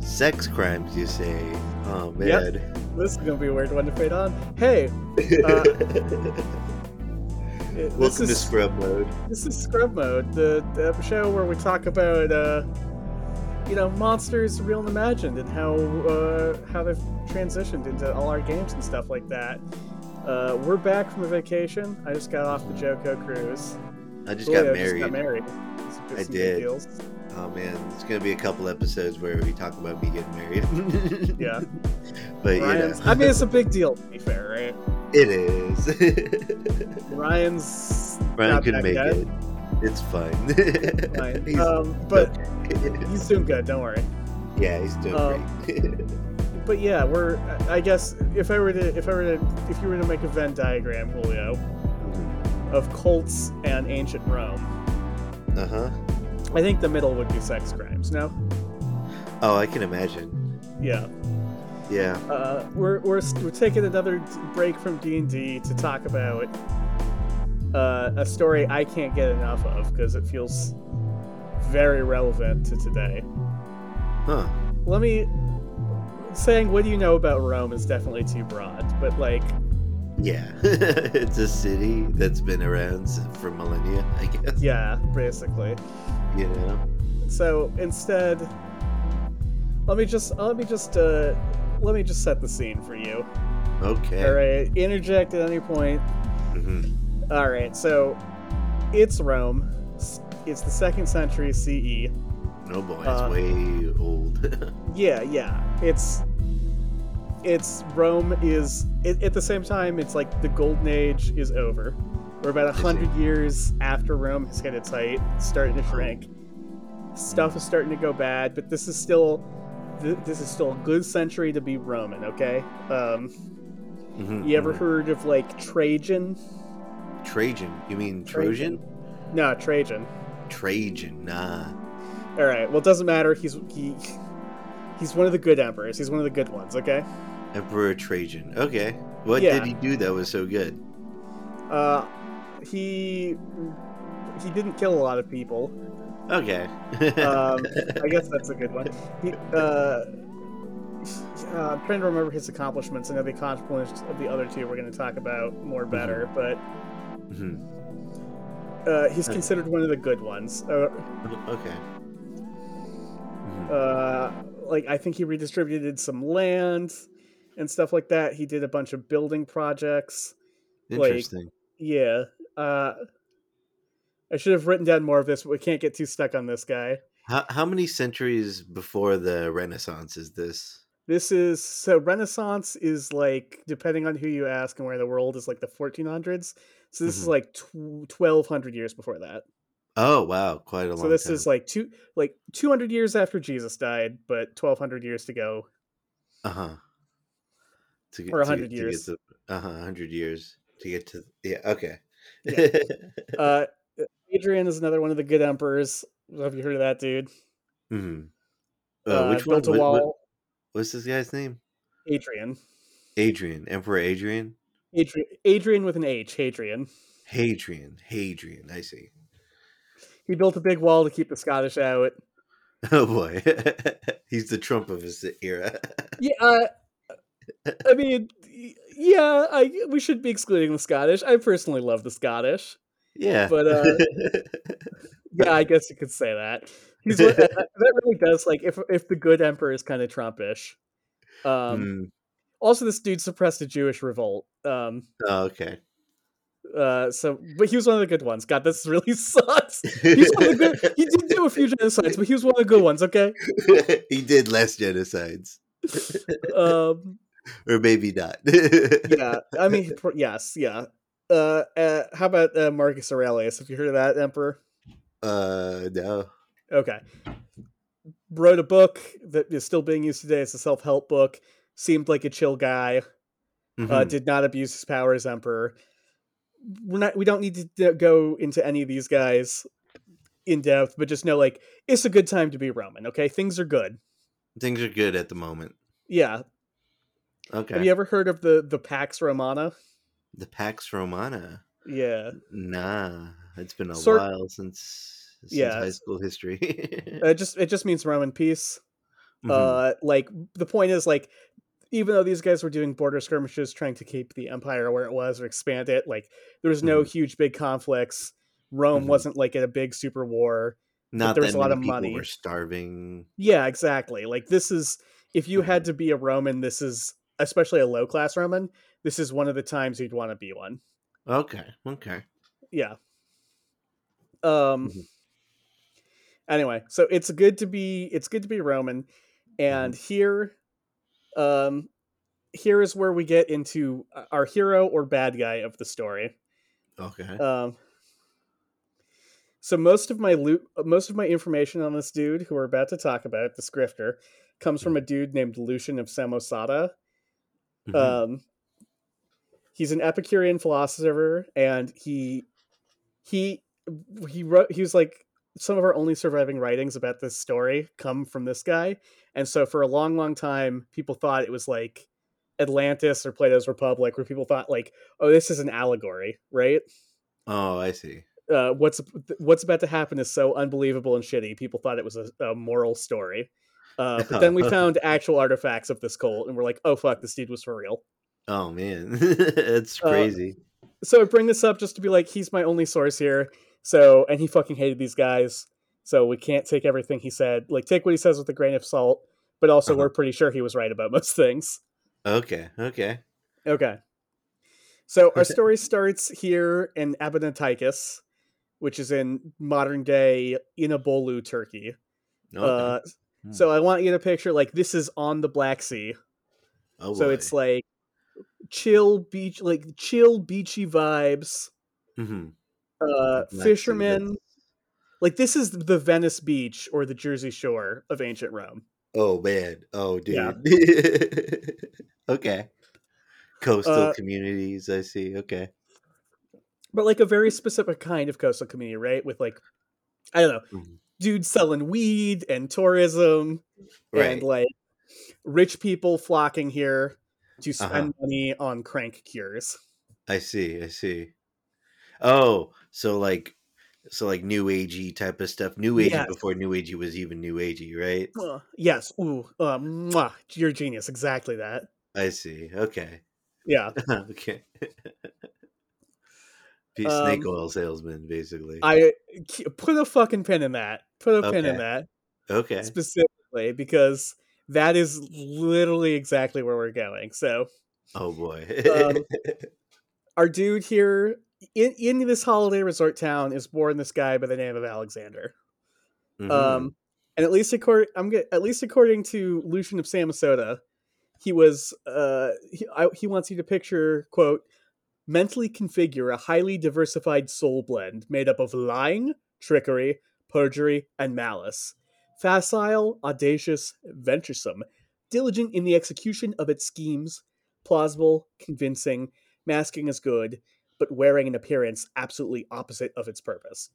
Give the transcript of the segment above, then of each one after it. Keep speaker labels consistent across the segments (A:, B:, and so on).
A: sex crimes, you say? Oh
B: Yep.
A: man.
B: This is gonna be a weird one to fade on. Hey, Uh, it- this
A: Welcome to
B: is
A: Scrub Mode.
B: this is Scrub Mode, the, the show where we talk about uh, you know monsters real and imagined, and how uh, how they've transitioned into all our games and stuff like that. Uh, we're back from a vacation. I just got off the Joko cruise.
A: I just
B: Julio
A: got married.
B: Oh, Just got married. It's- it's
A: I
B: some big
A: did.
B: deals.
A: Oh man, it's gonna be a couple episodes where we talk about me getting married.
B: Yeah.
A: but
B: Ryan's,
A: you know,
B: I mean, it's a big deal. To be fair, right?
A: it is.
B: Ryan's
A: Brian
B: not
A: could
B: back
A: make
B: yet.
A: it. It's fine.
B: Fine.
A: He's-
B: Um, but
A: okay.
B: he's doing good. Don't worry.
A: yeah, he's doing
B: um,
A: great.
B: But yeah, we're. I guess if I were to, if I were to, if you were to make a Venn diagram, Julio, of cults and ancient Rome,
A: uh huh.
B: I think the middle would be sex crimes. No,
A: Oh, I can imagine.
B: yeah.
A: Yeah.
B: Uh, we're we're we're taking another d- break from D and D to talk about uh, a story I can't get enough of because it feels very relevant to today.
A: Huh.
B: let me saying what do you know about rome is definitely too broad but like
A: Yeah. it's a city that's been around s- for millennia, I guess.
B: yeah basically
A: You know.
B: so instead let me just let me just uh let me just set the scene for you
A: Okay.
B: all right interject at any point Mm-hmm.
A: Mhm.
B: all right so it's rome S- it's the second century E. ce
A: Oh boy, it's
B: Uh, mm-hmm,
A: way old.
B: yeah yeah it's it's rome is it, at the same time it's like the golden age is over we're about a
A: Is it?
B: 100 years after rome has hit its height it's starting to shrink stuff is starting to go bad but this is still th- this is still a good century to be roman okay um
A: Mhm,
B: you ever
A: mhm.
B: heard of like trajan
A: Trajan? You mean Trojan?
B: no trajan
A: Trajan, nah.
B: all right well it doesn't matter he's he he's one of the good emperors he's one of the good ones okay
A: Emperor Trajan. Okay. What
B: Yeah.
A: did he do that was so good?
B: Uh, he he didn't kill a lot of people.
A: Okay.
B: Um, I guess that's a good one. He, uh, uh, I'm trying to remember his accomplishments. I know the accomplishments of the other two we're going to talk about more better,
A: Mhm.
B: but uh, he's
A: Okay.
B: considered one of the good ones. Uh,
A: okay. Mhm.
B: uh, like I think he redistributed some land and stuff like that. He did a bunch of building projects. like-
A: Interesting.
B: Yeah. Uh, I should have written down more of this, but we can't get too stuck on this guy.
A: How, how many centuries before the Renaissance is this?
B: This is so Renaissance is like depending on who you ask and where in the world is like the 1400s. So this is
A: Mhm.
B: like tw- 1200 years before that.
A: Oh wow, quite a long
B: So this
A: time.
B: is like two like 200 years after Jesus died, but 1200 years to go.
A: uh huh. To get
B: or 100 years.
A: To uh huh, hundred years to get to yeah. Okay.
B: Yeah. Uh Adrian is another one of the good emperors. Have you heard of that dude?
A: Mhm. Uh, which one?
B: built a
A: What- what-
B: wall.
A: what's this guy's name?
B: Adrian.
A: Adrian, Emperor Adrian.
B: Adrian Adrian with an H, Hadrian.
A: Hadrian, Hadrian. I see.
B: He built a big wall to keep the Scottish out.
A: Oh boy, he's the Trump of his era.
B: Yeah, uh, I mean, y- yeah, I we should be excluding the Scottish. I personally love the Scottish.
A: yeah,
B: But, uh, Yeah, I guess you could say that. He's one- uh, that really does like if if the good emperor is kind of Trumpish. Um,
A: Hmm,
B: Also, this dude suppressed a Jewish revolt. Um,
A: oh, okay.
B: uh, so, but he was one of the good ones. God, this really sucks. He's one of the good. He did do a few genocides, but he was one of the good ones. Okay.
A: he did less genocides,
B: Um,
A: or maybe not.
B: yeah, I mean, pr- yes, yeah. Uh, uh, how about uh, Marcus Aurelius? Have you heard of that emperor?
A: Uh, no.
B: Okay. Wrote a book that is still being used today as a self help book. Seemed like a chill guy. Uh,
A: Mhm.
B: did not abuse his power as emperor. We're not. We don't need to d- go into any of these guys in depth, but just know like it's a good time to be Roman. Okay, things are good.
A: Things are good at the moment.
B: Yeah. Have
A: Okay.
B: you ever heard of the the Pax Romana?
A: the Pax Romana.
B: Yeah.
A: Nah, it's been a
B: Sort-
A: while since since
B: Yeah. Uh,
A: high school history.
B: It just it just means Roman peace.
A: Mm-hmm.
B: Uh, like the point is like even though these guys were doing border skirmishes trying to keep the empire where it was or expand it, like there was no huge big conflicts. Rome
A: Mhm.
B: wasn't like in a big super war.
A: Not
B: there
A: that
B: was a lot
A: many
B: of
A: people
B: money.
A: were starving.
B: Yeah, exactly. Like this is if you had to be a Roman, this is especially a low class Roman, this is one of the times you'd want to be one.
A: Okay, okay.
B: Yeah. Um
A: Mhm.
B: anyway, so it's good to be it's good to be Roman and here um here is where we get into uh, our hero or bad guy of the story.
A: Okay.
B: Um, so most of my loot, most of my information on this dude who we're about to talk about, this grifter, comes from a dude named Lucian of Samosata.
A: Mhm.
B: Um, he's an Epicurean philosopher, and he he he wrote. He was like some of our only surviving writings about this story come from this guy, and so for a long, long time, people thought it was like Atlantis or Plato's Republic, where people thought like, oh, this is an allegory, right?
A: oh, I see.
B: uh, what's th- what's about to happen is so unbelievable and shitty. People thought it was a, a moral story, uh, but then we found actual artifacts of this cult, and we're like, oh fuck, this dude was for real.
A: Oh man, it's
B: Uh,
A: crazy.
B: So I bring this up just to be like, he's my only source here. So and he fucking hated these guys. So we can't take everything he said. Like take what he says with a grain of salt, but also
A: Uh-huh.
B: we're pretty sure he was right about most things.
A: okay, okay.
B: Okay. So our story starts here in Abenanticus, which is in modern day Inabolu, Turkey.
A: okay.
B: Uh,
A: Hmm.
B: So I want you to picture like this is on the Black Sea.
A: oh,
B: so it's like chill beach, like chill beachy vibes.
A: hmm
B: Uh,
A: Black Sea, that's-
B: fishermen. Like this is the Venice Beach or the Jersey Shore of ancient Rome.
A: oh man, oh dude.
B: Yeah.
A: okay. Coastal
B: Uh,
A: communities, I see. Okay.
B: But like a very specific kind of coastal community, right? With like I don't know,
A: Mhm.
B: dudes selling weed and tourism
A: Right.
B: and like rich people flocking here to spend
A: Uh-huh.
B: money on crank cures.
A: I see. I see. Oh, so like, so like new agey type of stuff. New agey
B: Yes.
A: before new agey was even new agey, right?
B: Uh, yes. Ooh. Uh, mwah. You're a genius. Exactly that.
A: I see. Okay.
B: Yeah.
A: okay. Be a snake
B: Um,
A: oil salesman, basically.
B: I k- put a fucking pin in that. Put a pin in
A: Okay.
B: that
A: okay.
B: specifically because that is literally exactly where we're going. So
A: Oh boy.
B: um, our dude here in in this holiday resort town is born this guy by the name of Alexander.
A: Mhm.
B: Um, and at least according, I'm get, at least according to Lucian of Samosata, he was. Uh, he, I, he wants you to picture quote mentally configure a highly diversified soul blend made up of lying, trickery, perjury, and malice, facile, audacious, venturesome, diligent in the execution of its schemes, plausible, convincing, masking as good, but wearing an appearance absolutely opposite of its purpose.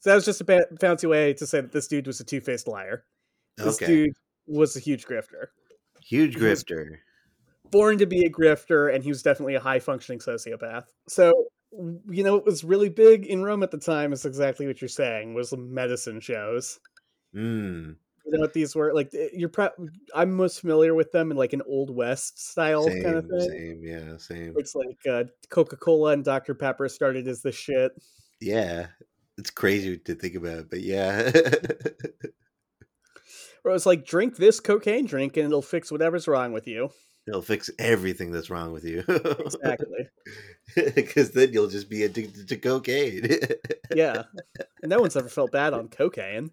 B: So that was just a ba- fancy way to say that this dude was a two faced liar. This
A: okay.
B: dude was a huge grifter.
A: Huge
B: he was-
A: grifter.
B: Born to be a grifter, and he was definitely a high functioning sociopath. So, w- you know, what was really big in Rome at the time is exactly what you're saying was the medicine shows.
A: Mm,
B: You know what these were? Like, th- you're pro- I'm most familiar with them in like an Old West style kind of
A: same,
B: thing.
A: same, yeah, same.
B: It's like uh, Coca Cola and Dr. Pepper started as this shit.
A: Yeah. It's crazy to think about, but yeah.
B: Where it was like, drink this cocaine drink and it'll fix whatever's wrong with you.
A: It'll fix everything that's wrong with you.
B: Exactly.
A: Because then you'll just be addicted to cocaine.
B: yeah. No one's ever felt bad on cocaine.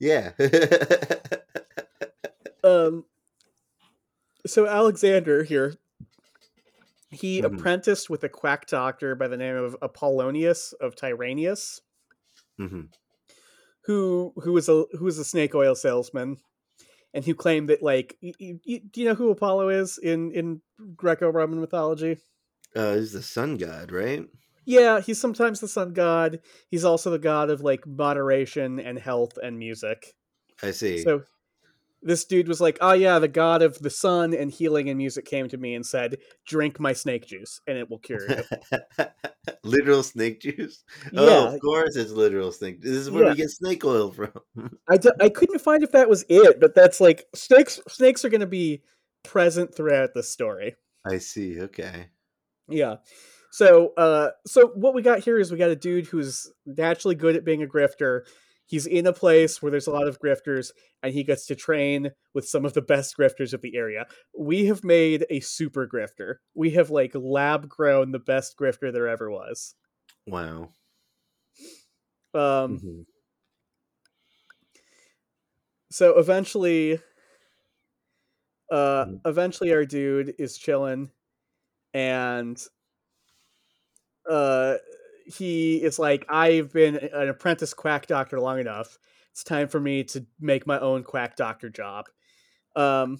A: yeah.
B: Um, so Alexander here, he
A: Mhm.
B: apprenticed with a quack doctor by the name of Apollonius of Tyrannus,
A: hmm
B: who who was a who was a snake oil salesman, and who claimed that like y y y- do you know who Apollo is in in Greco-Roman mythology?
A: Uh, he's the sun god, right?
B: Yeah, he's sometimes the sun god. He's also the god of like moderation and health and music.
A: I see.
B: So this dude was like, "Oh yeah, the god of the sun and healing and music came to me and said, drink my snake juice and it will cure you."
A: literal snake juice. Oh,
B: Yeah.
A: of course it's literal snake. This is where
B: Yeah.
A: we get snake oil from.
B: I, d- I couldn't find if that was it, but that's like snakes snakes are going to be present throughout the story.
A: I see. Okay.
B: Yeah. So, uh, so what we got here is we got a dude who's naturally good at being a grifter. He's in a place where there's a lot of grifters, and he gets to train with some of the best grifters of the area. We have made a super grifter. We have like lab grown the best grifter there ever was.
A: Wow.
B: Um,
A: Mhm.
B: so eventually uh
A: Mhm.
B: eventually our dude is chilling and uh he is like i've been a- an apprentice quack doctor long enough it's time for me to make my own quack doctor job um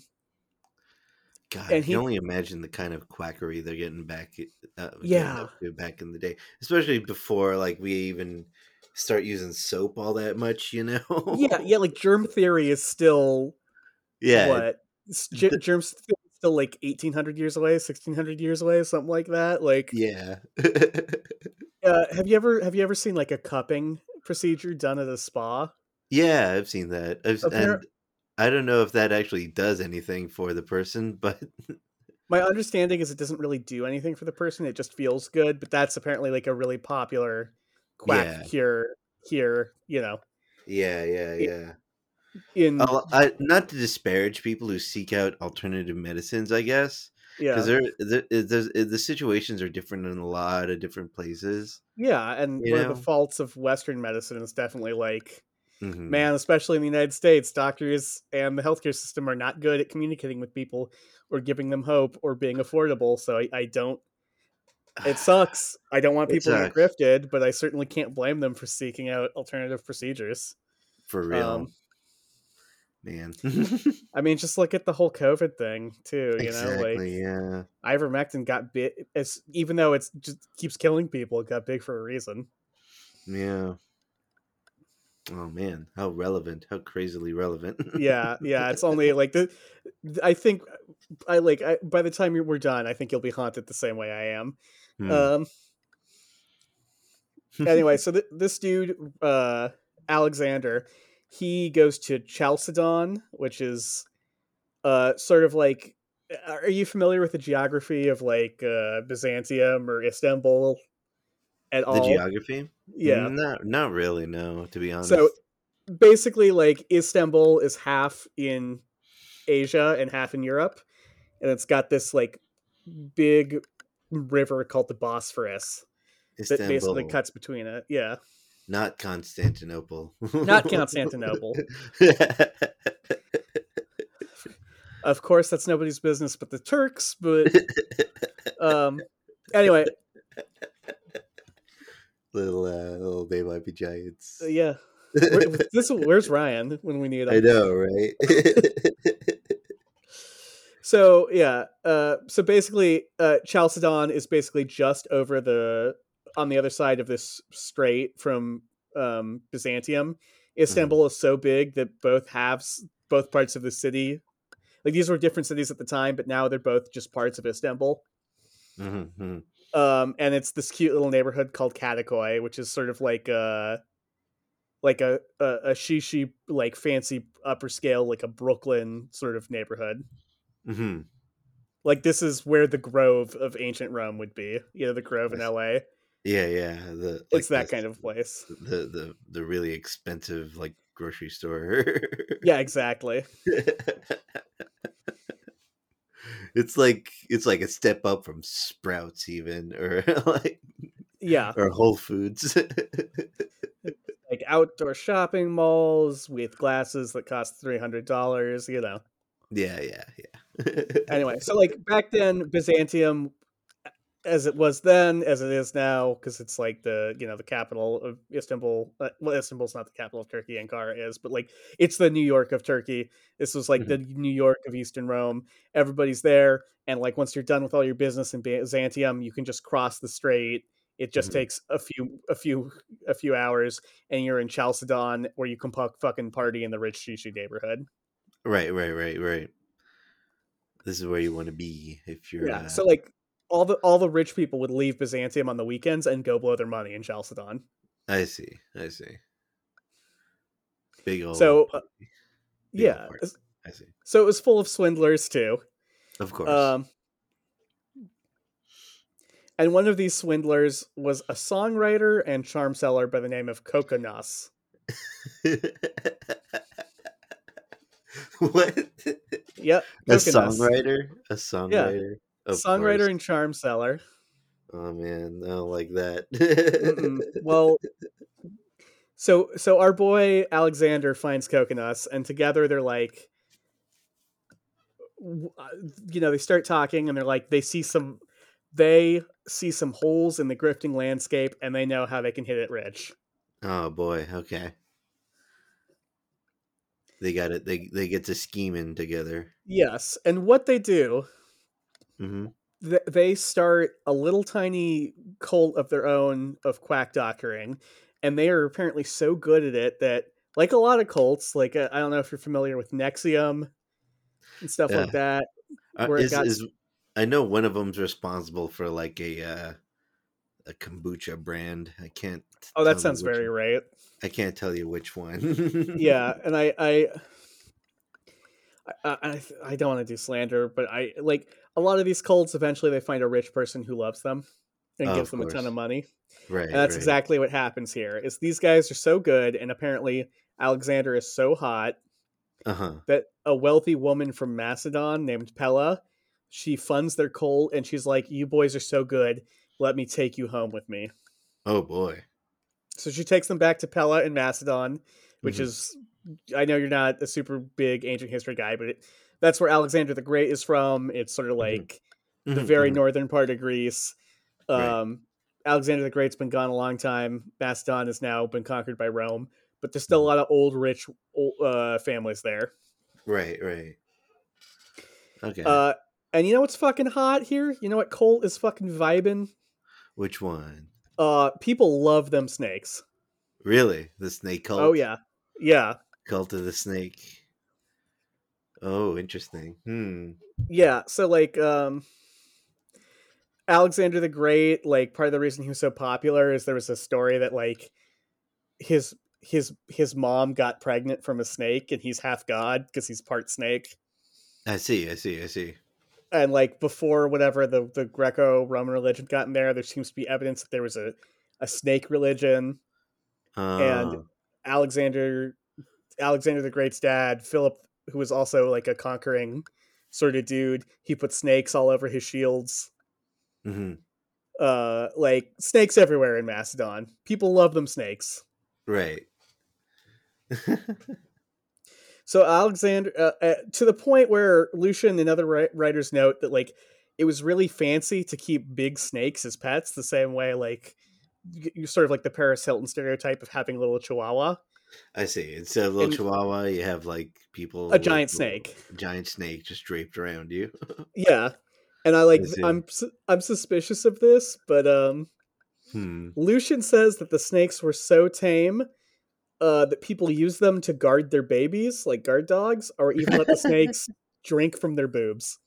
A: God,
B: and
A: I can
B: he-
A: only imagine the kind of quackery they're getting back. Uh, getting
B: Yeah.
A: up to back in the day, especially before like we even start using soap all that much. You know.
B: yeah yeah like germ theory is still
A: yeah.
B: what s- ge-
A: the-
B: germ s- still like 1800 years away 1600 years away something like that like
A: Yeah.
B: uh, have you ever have you ever seen like a cupping procedure done at a spa
A: yeah. I've seen that. I've, s-
B: Appar-
A: and I don't know if that actually does anything for the person, but
B: My understanding is it doesn't really do anything for the person. It just feels good, but that's apparently like a really popular quack
A: Yeah.
B: cure here, you know,
A: yeah, yeah,
B: It-
A: yeah.
B: in
A: A lo- I, not to disparage people who seek out alternative medicines, I guess,
B: yeah.
A: because there, there, there's, the situations are different in a lot of different places.
B: Yeah, and
A: you
B: one of
A: know?
B: the faults of western medicine is definitely like
A: Mhm.
B: man, especially in the United States, doctors and the healthcare system are not good at communicating with people or giving them hope or being affordable, so I, I don't it sucks. I don't want
A: It
B: people to get
A: sucks.
B: grifted, but I certainly can't blame them for seeking out alternative procedures.
A: for real,
B: um,
A: man.
B: I mean, just look at the whole COVID thing too. You know,
A: exactly.
B: like
A: yeah.
B: ivermectin got big, as even though it's just keeps killing people, it got big for a reason.
A: Yeah. Oh man, how relevant! How crazily relevant.
B: Yeah, yeah. It's only like the. th- I think I like. I, by the time we're done, I think you'll be haunted the same way I am.
A: Hmm.
B: Um. Anyway, so th- this dude, uh, Alexander, he goes to Chalcedon, which is, uh, sort of like. Are you familiar with the geography of like uh, Byzantium or Istanbul at
A: the
B: all?
A: geography? Mm,
B: Yeah.
A: Not not really. No, to be honest.
B: So basically, like Istanbul is half in Asia and half in Europe, and it's got this like big river called the Bosphorus that basically
A: Istanbul,
B: cuts between it. Yeah,
A: not Constantinople.
B: not Constantinople. of course, that's nobody's business but the Turks. But um, anyway,
A: little uh, little they might be giants.
B: yeah. Where, this where's Ryan when we need him?
A: I know, right?
B: So yeah, uh, so basically, uh, Chalcedon is basically just over the on the other side of this strait from um, Byzantium. Istanbul is so big that both halves, both parts of the city, like these were different cities at the time, but now they're both just parts of Istanbul.
A: Mhm.
B: Um, and it's this cute little neighborhood called Katakoy, which is sort of like a like a a, a shishi like fancy upper scale like a Brooklyn sort of neighborhood
A: Mhm.
B: like this is where the grove of ancient rome would be you know the grove in
A: I see.
B: la
A: Yeah, yeah. The
B: it's that
A: the-
B: kind of place
A: the the the really expensive like grocery store.
B: yeah exactly
A: it's like it's like a step up from Sprouts even or like
B: yeah
A: or Whole Foods.
B: like outdoor shopping malls with glasses that cost $300 you know
A: yeah, yeah, yeah.
B: anyway so like back then byzantium as it was then as it is now because it's like the you know the capital of istanbul uh, well istanbul's not the capital of turkey ankara is but like it's the new york of turkey this was like
A: Mhm.
B: the new york of eastern rome everybody's there and like once you're done with all your business in byzantium you can just cross the strait it just
A: Mhm.
B: takes a few a few a few hours and you're in chalcedon where you can puck fucking party in the rich shishi neighborhood
A: Right, right, right, right. This is where you want to be if you're.
B: Yeah.
A: Uh,
B: So like all the all the rich people would leave Byzantium on the weekends and go blow their money in Chalcedon.
A: I see. I see. Big old.
B: So uh,
A: big old
B: yeah.
A: party. I see.
B: So it was full of swindlers too.
A: Of course.
B: Um, and one of these swindlers was a songwriter and charm seller by the name of Coconas.
A: what?
B: Yep,
A: A
B: Coconuts.
A: songwriter? A songwriter? Of
B: songwriter
A: course.
B: and charm seller.
A: Oh man, I don't like
B: Mm-mm.
A: that.
B: well, so so our boy Alexander finds Coconuts, and together they're like, w- uh, you know, they start talking, and they're like, they see some, they see some holes in the grifting landscape, and they know how they can hit it rich.
A: oh boy. Okay. They got it. They they get to scheming together.
B: Yes, and what they do
A: hmm
B: th- they start a little tiny cult of their own of quack doctoring, and they are apparently so good at it that, like a lot of cults, like uh, I don't know if you're familiar with Nexium and stuff
A: Yeah.
B: like that,
A: Uh,
B: where it
A: is
B: got
A: is I know one of them's responsible for like a uh, a kombucha brand. I can't t-
B: oh, that
A: tell you
B: sounds
A: which.
B: very right,
A: I can't tell you which one.
B: yeah, and I I I, I, I don't want to do slander, but I like a lot of these cults. Eventually, they find a rich person who loves them and
A: Oh,
B: gives
A: of
B: them a ton
A: course.
B: of money.
A: Right.
B: And that's
A: right.
B: exactly what happens here. Is these guys are so good, and apparently Alexander is so hot
A: Uh huh.
B: that a wealthy woman from Macedon named Pella, she funds their cult, and she's like, "You boys are so good, let me take you home with me."
A: Oh boy.
B: So she takes them back to Pella in Macedon, which
A: Mhm.
B: is I know you're not a super big ancient history guy, but it, that's where Alexander the Great is from. It's sort of
A: Mhm.
B: like the
A: Mhm,
B: very
A: mhm.
B: northern part of Greece.
A: Right.
B: Um, Alexander the Great's been gone a long time. Macedon has now been conquered by Rome, but there's still a
A: Mhm.
B: lot of old rich ol- uh, families there.
A: Right. Right. Okay.
B: Uh, and you know what's fucking hot here? You know what Cole is fucking vibing?
A: Which one?
B: Uh, people love them snakes.
A: Really? The snake
B: Oh
A: cult?
B: yeah, yeah,
A: Cult of the snake. Oh, interesting. Hmm.
B: yeah. So like, um, Alexander the Great, like part of the reason he was so popular is there was a story that like his his his mom got pregnant from a snake and he's half god because he's part snake.
A: I see. I see. I see.
B: And like before whatever the, the Greco Roman religion got in there, there seems to be evidence that there was a, a snake religion. And
A: Uh,
B: Alexander Alexander the Great's dad, Philip, who was also like a conquering sort of dude, he put snakes all over his shields.
A: mhm.
B: Uh like snakes everywhere in Macedon. People love them snakes.
A: Right.
B: So Alexander, uh, uh, to the point where Lucian and other wri- writers note that like it was really fancy to keep big snakes as pets, the same way like y- you sort of like the Paris Hilton stereotype of having a little chihuahua,
A: I see. Instead of little
B: and
A: chihuahua, you have like people
B: a
A: with
B: giant
A: little
B: snake.
A: giant snake just draped around you.
B: Yeah, and I
A: I
B: like
A: see.
B: I'm su- I'm suspicious of this, but um,
A: Hmm.
B: Lucian says that the snakes were so tame. Uh, that people use them to guard their babies, like guard dogs, or even let the snakes drink from their boobs.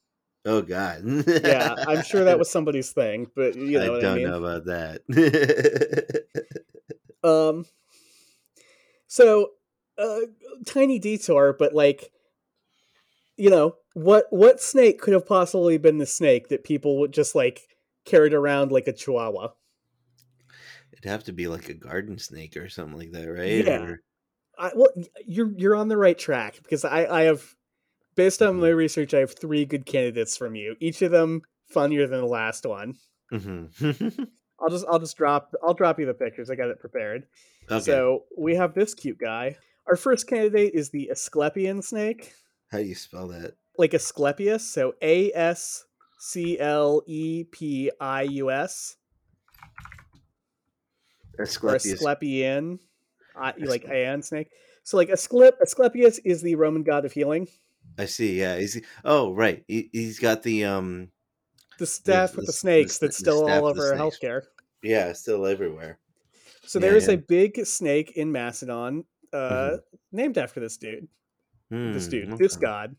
A: oh God.
B: Yeah, I'm sure that was somebody's thing, but you
A: I
B: know what I
A: don't
B: mean.
A: know about that.
B: Um, so uh, tiny detour, but like you know, what what snake could have possibly been the snake that people would just like carried around like a chihuahua?
A: It'd have to be like a garden snake or something like that, right?
B: Yeah,
A: Or
B: I, well, y- you're you're on the right track because I I have based on my
A: Mhm.
B: research, I have three good candidates from you. Each of them funnier than the last one.
A: Mhm.
B: I'll just I'll just drop I'll drop you the pictures. I got it prepared.
A: okay.
B: So we have this cute guy. Our first candidate is the Asclepian snake,
A: How do you spell that?
B: like Asclepius, so A S C L E P I U S or
A: Asclepius.
B: Asclepian, I, you like
A: Ascle-
B: Ion snake. So like Asclep Asclepius is the Roman god of healing.
A: I see. Yeah. He's, oh, right. He, he's got the um
B: The
A: the
B: staff with
A: the,
B: the
A: s- the,
B: snakes
A: sna-
B: that's
A: the
B: still all
A: staff of the
B: over
A: snakes.
B: healthcare.
A: Yeah, it's still everywhere.
B: So there
A: Yeah.
B: is
A: Yeah.
B: a big snake in Macedon, uh,
A: Mhm.
B: named after this dude. This
A: Hmm,
B: dude, this
A: okay.
B: god.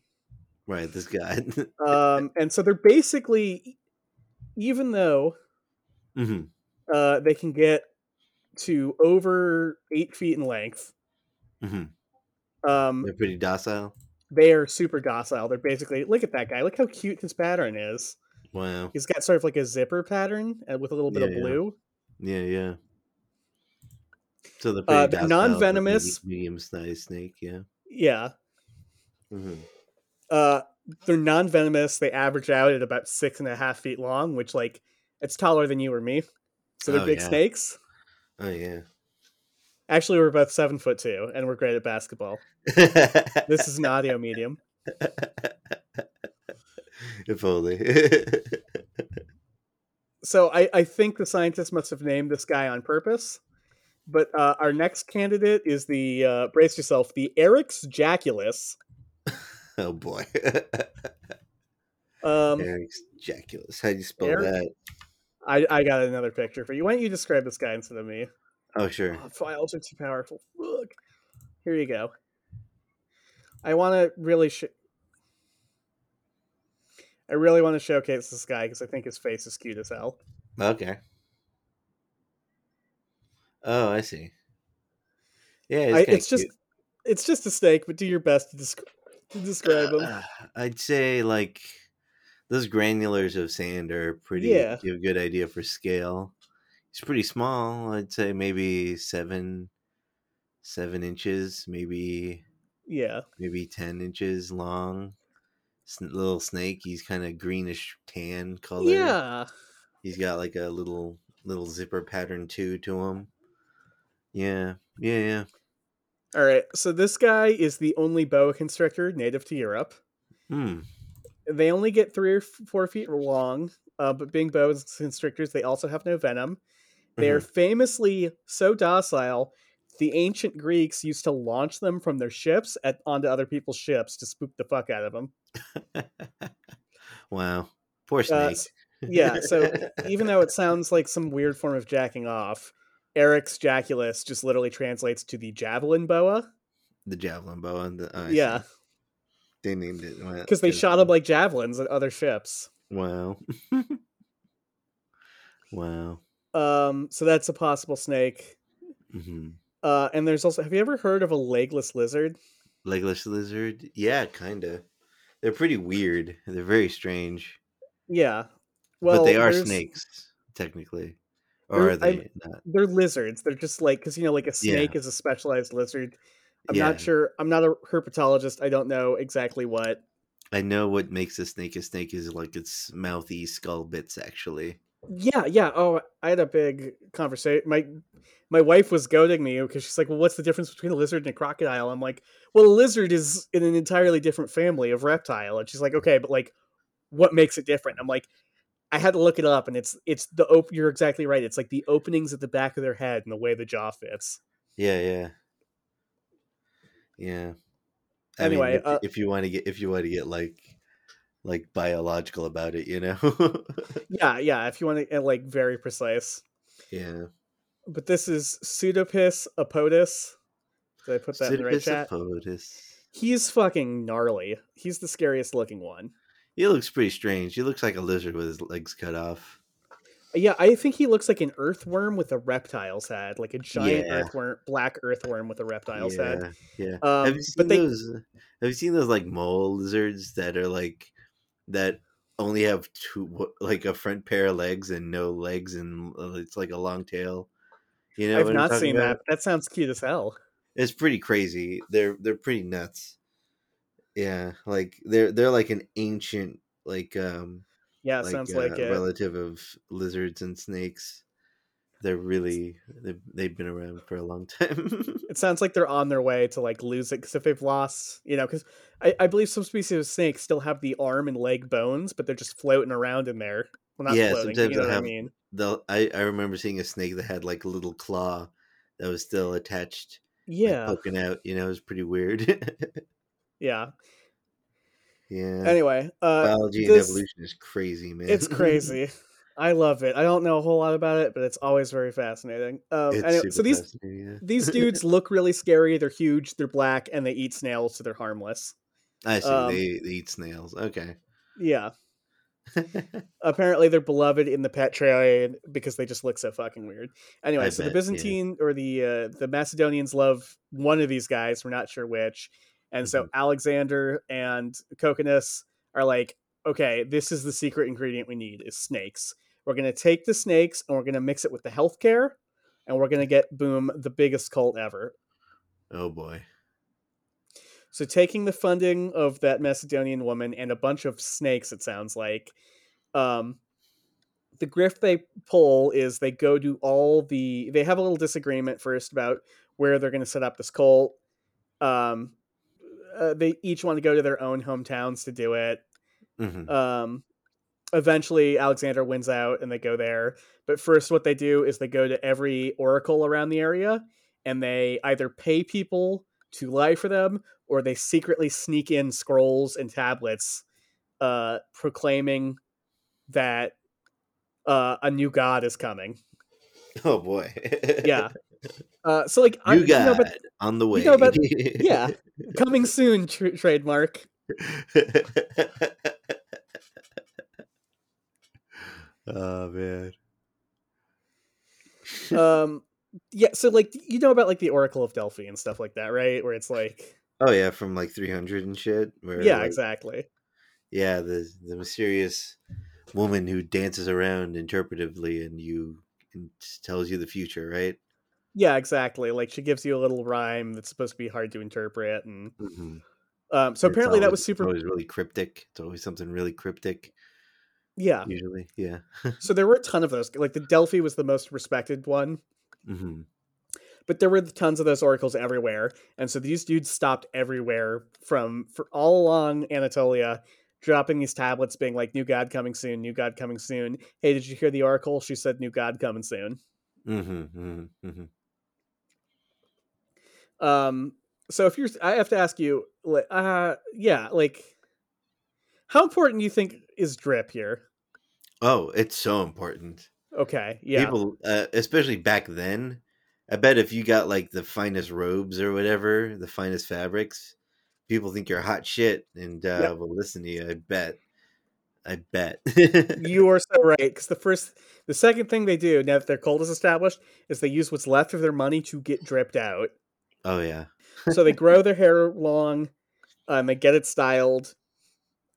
A: Right, this guy.
B: Um, and so they're basically, even though
A: Mhm.
B: uh, they can get to over eight feet in length,
A: Mhm.
B: um,
A: They're pretty docile.
B: they are super docile. They're basically look at that guy. Look how cute his pattern is.
A: Wow.
B: He's got sort of like a zipper pattern uh, with a little bit
A: Yeah,
B: of
A: yeah.
B: blue.
A: Yeah, yeah. So they're pretty
B: Uh, they're
A: docile, but
B: non-venomous.
A: medi- medium-sized snake. Yeah.
B: Yeah.
A: Mhm.
B: Uh, they're non-venomous. They average out at about six and a half feet long, which like it's taller than you or me. So they're
A: Oh,
B: big
A: yeah.
B: snakes.
A: Oh yeah.
B: Actually, we're both seven foot two, and we're great at basketball. This is an audio medium.
A: if only.
B: So I, I think the scientists must have named this guy on purpose. But uh, our next candidate is the uh, brace yourself, the Eric's Jaculus.
A: oh boy.
B: Um,
A: Eric's Jaculus. How do you spell
B: Eric-
A: that?
B: I, I got another picture for you. Why don't you describe this guy instead of me?
A: Oh sure.
B: Oh, files are too powerful. Look, here you go. I want to really, sh- I really want to showcase this guy because I think his face is cute as hell.
A: Okay. Oh, I see. Yeah,
B: I,
A: it's,
B: it's just, it's just a snake, but do your best to, desc- to describe him.
A: I'd say like those granulars of sand are pretty
B: Yeah.
A: give a good idea for scale. It's pretty small. I'd say maybe seven, seven inches, maybe
B: Yeah,
A: maybe ten inches long. Sn- Little snake. He's kind of greenish tan color.
B: yeah.
A: He's got like a little little zipper pattern too to him. Yeah, yeah, yeah.
B: All right, so this guy is the only boa constrictor native to Europe.
A: Hmm.
B: They only get three or f- four feet long, uh, but being boa constrictors, they also have no venom. They
A: Mm-hmm.
B: are famously so docile, the ancient Greeks used to launch them from their ships at, onto other people's ships to spook the fuck out of them.
A: Mhm. wow. Poor
B: Uh,
A: snake.
B: s- yeah, so even though it sounds like some weird form of jacking off, Eric's Jaculus just literally translates to the javelin boa.
A: the javelin boa. and The, oh, I see.
B: yeah,
A: They named it when it
B: because they
A: first
B: shot
A: came-
B: them like javelins at other ships.
A: Wow. wow.
B: Um, so that's a possible snake.
A: hmm
B: Uh, and there's also have you ever heard of a legless lizard?
A: Legless lizard. Yeah, kinda. They're pretty weird. They're very strange.
B: Yeah. Well,
A: but they are
B: there's-
A: snakes, technically.
B: There-
A: Or are
B: I'm-
A: they not?
B: they're lizards. They're just like because you know, like a
A: Yeah.
B: snake is a specialized lizard. I'm
A: yeah.
B: not sure. I'm not a herpetologist. I don't know exactly what.
A: I know what makes a snake a snake is like its mouthy skull bits actually.
B: Yeah, yeah. Oh, I had a big conversation. My my wife was goading me because she's like, "Well, what's the difference between a lizard and a crocodile?" I'm like, "Well, a lizard is in an entirely different family of reptile." And she's like, "Okay, but like, what makes it different?" I'm like, "I had to look it up, and it's it's the op- You're exactly right. It's like the openings at the back of their head and the way the jaw fits."
A: Yeah, yeah. Yeah. I
B: Anyway,
A: mean, if,
B: uh,
A: if you want to get if you want to get like like biological about it, you know.
B: Yeah, yeah. If you want to like very precise.
A: yeah.
B: but this is Pseudopus apotus. Did I put that in the right chat?
A: Sisyphus.
B: He's fucking gnarly. He's the scariest looking one.
A: He looks pretty strange. He looks like a lizard with his legs cut off.
B: Yeah, I think he looks like an earthworm with a reptile's head, like a giant
A: Yeah.
B: earthworm, black earthworm with a reptile's
A: yeah,
B: head.
A: yeah.
B: Um,
A: have you seen
B: but they,
A: those? uh, Have you seen those like mole lizards that are like that only have two, w- like a front pair of legs and no legs, and uh, it's like a long tail. You know,
B: I've
A: what I'm
B: not
A: talking
B: seen
A: about?
B: that. That sounds cute as hell.
A: It's pretty crazy. They're they're pretty nuts. Yeah, like they're they're like an ancient like um
B: Yeah, it
A: like
B: sounds
A: uh,
B: like it.
A: relative of lizards and snakes. They're really they've, they've been around for a long time.
B: It sounds like they're on their way to like lose it because if they've lost, you know, because I, I believe some species of snakes still have the arm and leg bones, but they're just floating around in there. Well, not
A: Yeah,
B: floating.
A: sometimes
B: You know
A: they'll
B: what I
A: have
B: mean?
A: the I, I remember seeing a snake that had like a little claw that was still attached, like
B: Yeah,
A: poking out. You know, it was pretty weird.
B: yeah.
A: yeah,
B: Anyway, uh,
A: biology and
B: this-
A: evolution is crazy, man.
B: it's crazy. I love it. I don't know a whole lot about it, but it's always very fascinating. Um,
A: It's
B: anyway,
A: super
B: so these
A: fascinating, yeah.
B: these dudes look really scary. They're huge. They're black, and they eat snails, so they're harmless.
A: I see.
B: um,
A: they, they eat snails. Okay.
B: Yeah. Apparently, they're beloved in the pet trade because they just look so fucking weird. Anyway,
A: I
B: so the
A: bet, yeah.
B: Byzantine or the uh, the Macedonians love one of these guys. We're not sure which. And so
A: Mhm.
B: Alexander and Coconus are like, okay, this is the secret ingredient we need is snakes. We're gonna take the snakes and we're gonna mix it with the healthcare, and we're gonna get boom the biggest cult ever.
A: oh boy.
B: So taking the funding of that Macedonian woman and a bunch of snakes, it sounds like, um, the grift they pull is they go to all the they have a little disagreement first about where they're going to set up this cult. Um, uh, they each want to go to their own hometowns to do it.
A: Mhm.
B: Um, eventually, Alexander wins out and they go there. But first, what they do is they go to every oracle around the area and they either pay people to lie for them or they secretly sneak in scrolls and tablets uh, proclaiming that uh, a new god is coming.
A: Oh boy.
B: Yeah. Uh, so, like, I,
A: New
B: you know,
A: God
B: about-
A: on the way.
B: know about- yeah. coming soon tr- trademark.
A: oh man.
B: Um, yeah. So, like, you know about like the Oracle of Delphi and stuff like that, right? Where it's like.
A: Oh yeah, from like 300 and shit. Where,
B: yeah
A: like,
B: exactly
A: Yeah, the the mysterious woman who dances around interpretively and you and tells you the future, right?
B: yeah exactly like she gives you a little rhyme that's supposed to be hard to interpret and
A: Mhm.
B: um Mm-hmm. so
A: It's
B: apparently that
A: always-
B: was
A: it's
B: super
A: Always really cryptic. It's always something really cryptic.
B: yeah
A: Usually, yeah.
B: so there were a ton of those like the delphi was the most respected one
A: hmm
B: but there were tons of those oracles everywhere and so these dudes stopped everywhere from for all along anatolia dropping these tablets being like new god coming soon new god coming soon hey did you hear the oracle she said new god coming soon
A: hmm hmm hmm
B: Um, so if you're, I have to ask you, like, uh, yeah, like, how important do you think is drip here?
A: Oh, it's so important.
B: Okay, yeah,
A: People, uh, especially back then, I bet if you got like the finest robes or whatever, the finest fabrics, people think you're hot shit and uh,
B: Yeah.
A: will listen to you. I bet. I bet.
B: you are so right. Because the first, the second thing they do now that their cult is established is they use what's left of their money to get dripped out.
A: oh yeah.
B: So they grow their hair long, um, they get it styled.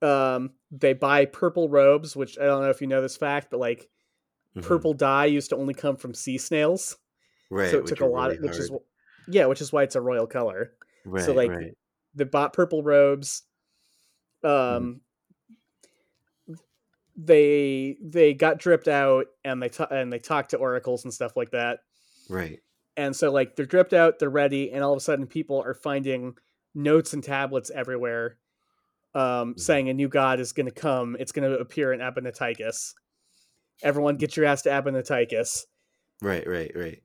B: Um, they buy purple robes, which I don't know if you know this fact, but like
A: Mhm.
B: purple dye used to only come from sea snails.
A: Right.
B: so it
A: which
B: took a
A: are
B: lot,
A: really
B: of, which is,
A: hard.
B: wh- yeah, which is why it's a royal color.
A: right,
B: like,
A: right.
B: They bought purple robes. Um, they they got dripped out, and they ta- and they talked to oracles and stuff like that.
A: Right.
B: And so like they're dripped out, they're ready, and all of a sudden people are finding notes and tablets everywhere, um,
A: Mhm.
B: saying a new god is going to come. It's going to appear in Abinatikus. Everyone, get your ass to Abinatikus.
A: Right. Right. Right.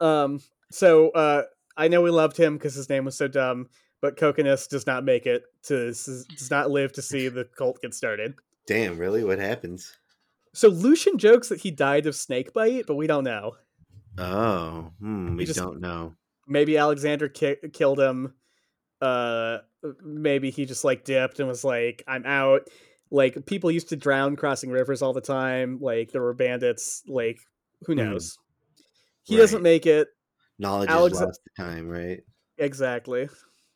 B: Um, so uh, I know we loved him because his name was so dumb, but Coconus does not make it to does not live to see the cult get started.
A: Damn. Really? What happens?
B: So Lucian jokes that he died of snake bite, but we don't know.
A: Oh. Hmm, we
B: just-
A: don't know.
B: Maybe Alexander ki- killed him. Uh, maybe he just like dipped and was like, "I'm out." Like people used to drown crossing rivers all the time. Like there were bandits. Like who
A: Mhm.
B: knows? He
A: Right.
B: doesn't make it
A: Knowledge
B: Alex-
A: is lost to time. Right.
B: exactly.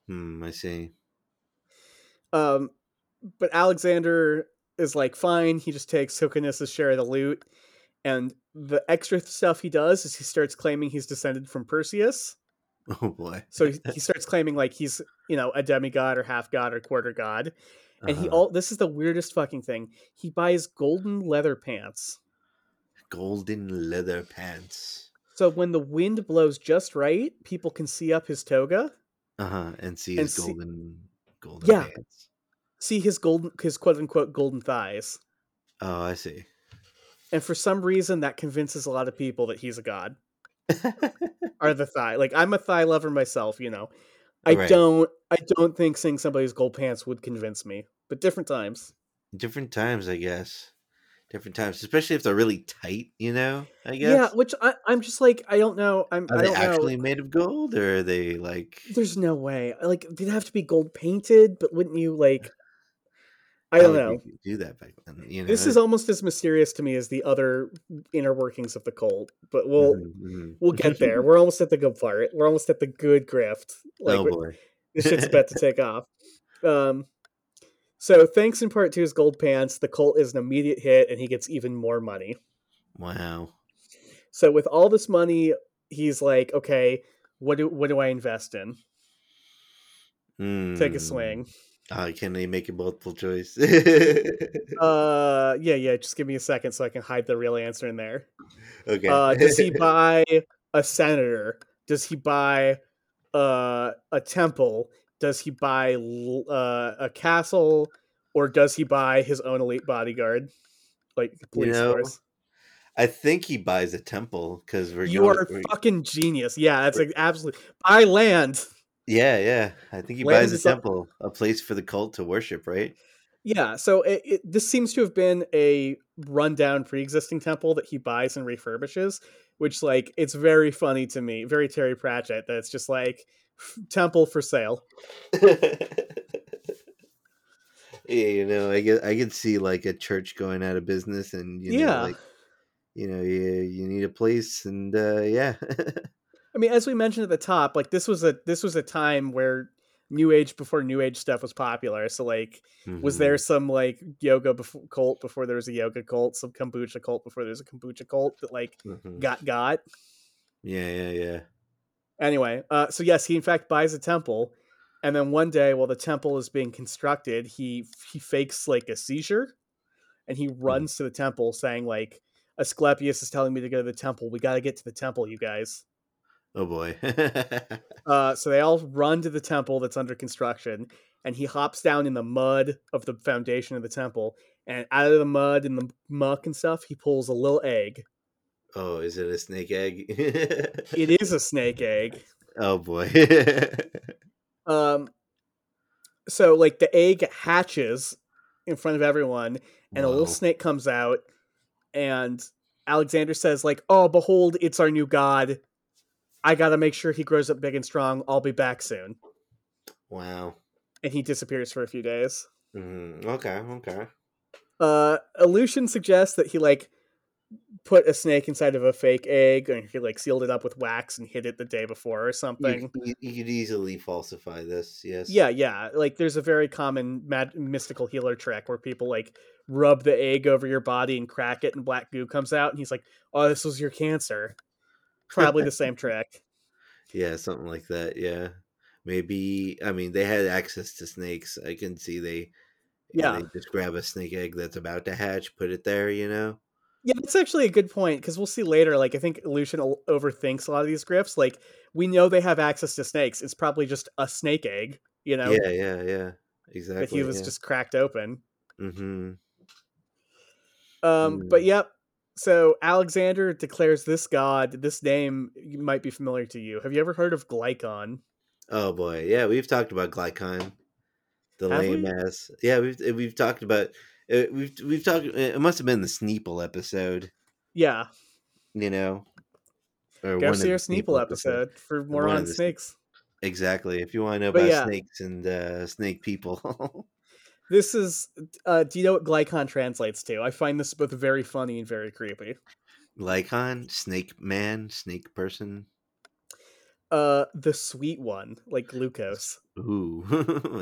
A: Hmm. I see.
B: Um, but Alexander is like, fine. He just takes Hyrcanus's share of the loot, and the extra stuff he does is he starts claiming he's descended from Perseus.
A: Oh boy.
B: So he, he starts claiming like he's you know a demigod or half god or quarter god, and he
A: Uh-huh.
B: all this is the weirdest fucking thing. He buys golden leather pants,
A: golden leather pants.
B: so when the wind blows just right, people can see up his toga,
A: Uh huh. And see
B: And
A: his
B: see-
A: golden golden
B: Yeah.
A: pants.
B: see his golden his quote unquote golden thighs,
A: Oh, I see.
B: and for some reason that convinces a lot of people that he's a god. are the thigh. Like I'm a thigh lover myself, you know. I
A: Right.
B: don't I don't think seeing somebody's gold pants would convince me. But different times.
A: Different times, I guess. different times, especially if they're really tight. You know, I guess.
B: Yeah, which I, I'm just like I don't know. I'm
A: Are
B: I
A: they
B: don't know.
A: actually made of gold, or are they like?
B: There's no way. Like they'd have to be gold painted, but wouldn't you like? I don't
A: would
B: know.
A: oh, you do that back then. You know,
B: This is almost as mysterious to me as the other inner workings of the cult, but we'll
A: Mhm, mhm.
B: we'll get there. We're almost at the good part. We're almost at the good grift. Like
A: oh
B: we're-
A: boy.
B: this shit's about to take off. Um, so thanks in part to his gold pants, the cult is an immediate hit, and he gets even more money.
A: Wow.
B: So with all this money, he's like, okay, what do what do I invest in? Take a
A: Hmm.
B: swing.
A: Oh, can they make a multiple choice?
B: Uh, yeah, yeah. Just give me a second so I can hide the real answer in there.
A: okay.
B: Uh, does he buy a senator? Does he buy uh, a temple? Does he buy l- uh, a castle? Or does he buy his own elite bodyguard, like police
A: know,
B: force?
A: I think he buys a temple because we're
B: You
A: going.
B: are
A: we're-
B: fucking genius. Yeah, that's like absolutely buy land.
A: yeah, yeah. I think he
B: Land
A: buys a
B: is a-
A: temple, a place for the cult to worship, right?
B: Yeah, so it, it, this seems to have been a rundown pre-existing temple that he buys and refurbishes, which like it's very funny to me, very Terry Pratchett that it's just like f- temple for sale.
A: yeah, you know, I get, I could see like a church going out of business, and you know,
B: yeah.
A: like you know, you, you need a place, and uh, yeah,
B: I mean, as we mentioned at the top, like this was a this was a time where new age before new age stuff was popular. So like was
A: Mhm.
B: there some like yoga before, cult before there was a yoga cult, some kombucha cult before there was a kombucha cult that like
A: Mhm.
B: got got.
A: Yeah, yeah, yeah.
B: Anyway, uh, so yes, he in fact buys a temple, and then one day while the temple is being constructed, he he fakes like a seizure, and he runs to the temple saying like, "Asclepius is telling me to go to the temple. We got to get to the temple, you guys."
A: Oh boy.
B: Uh, so they all run to the temple that's under construction, and he hops down in the mud of the foundation of the temple, and out of the mud and the muck and stuff, he pulls a little egg.
A: oh, is it a snake egg?
B: It is a snake egg.
A: oh boy.
B: Um, so like the egg hatches in front of everyone, and a
A: Wow.
B: little snake comes out, and Alexander says like, "Oh, behold, it's our new god. I gotta make sure he grows up big and strong. I'll be back soon."
A: Wow.
B: And he disappears for a few days.
A: Mhm. Okay. Okay.
B: Uh, Aleutian suggests that he like put a snake inside of a fake egg, and he like sealed it up with wax and hid it the day before or something.
A: You, you, you could easily falsify this. Yes.
B: Yeah, yeah. Like there's a very common mad- mystical healer trick where people like rub the egg over your body and crack it and black goo comes out and he's like, "Oh, this was your cancer." Probably the same trick.
A: Yeah, something like that. Yeah. Maybe I mean they had access to snakes. I can see they yeah,
B: Yeah.
A: they just grab a snake egg that's about to hatch, put it there, you know?
B: Yeah, that's actually a good point cuz we'll see later like I think Lucian o- overthinks a lot of these grifts. Like we know they have access to snakes. It's probably just a snake egg, you know,
A: Yeah, yeah, yeah.
B: that
A: Exactly.
B: he was
A: yeah.
B: just cracked open.
A: mm-hmm.
B: Um, but
A: Mm.
B: yep. So Alexander declares this god, this name you might be familiar to you. Have you ever heard of Glycon?
A: Oh boy. Yeah, we've talked about glycon. The
B: Have
A: lame
B: we?
A: ass. Yeah, we've uh, we've talked about uh, we've we've talked eh, it must have been the Sneeple episode,
B: Yeah.
A: you know. Or
B: Go
A: one of
B: see
A: the
B: our Sneeple episode for more
A: One of
B: on
A: the Sne-
B: snakes.
A: Exactly. If you want to know
B: But
A: about
B: yeah.
A: snakes and uh, snake people.
B: This is. Uh, do you know what glycon translates to? I find this both very funny and very creepy.
A: Lycon, snake man, snake person.
B: Uh, the sweet one, like glucose.
A: Ooh,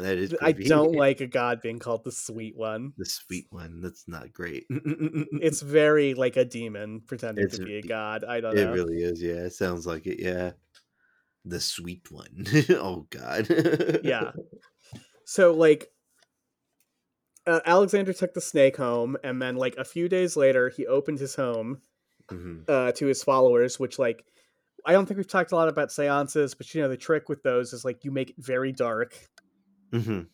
A: that is.
B: Th- I
A: creepy.
B: don't like a god being called the sweet one.
A: the sweet one. That's not great.
B: It's very like a demon pretending
A: It's
B: to be a
A: re-
B: god. I don't
A: it
B: know.
A: really is. Yeah, it sounds like it. Yeah, the sweet one. oh God.
B: yeah. So like, uh, Alexander took the snake home, and then like a few days later, he opened his home
A: Mhm.
B: uh, to his followers, which like I don't think we've talked a lot about seances, but you know the trick with those is like you make it very dark
A: Mhm.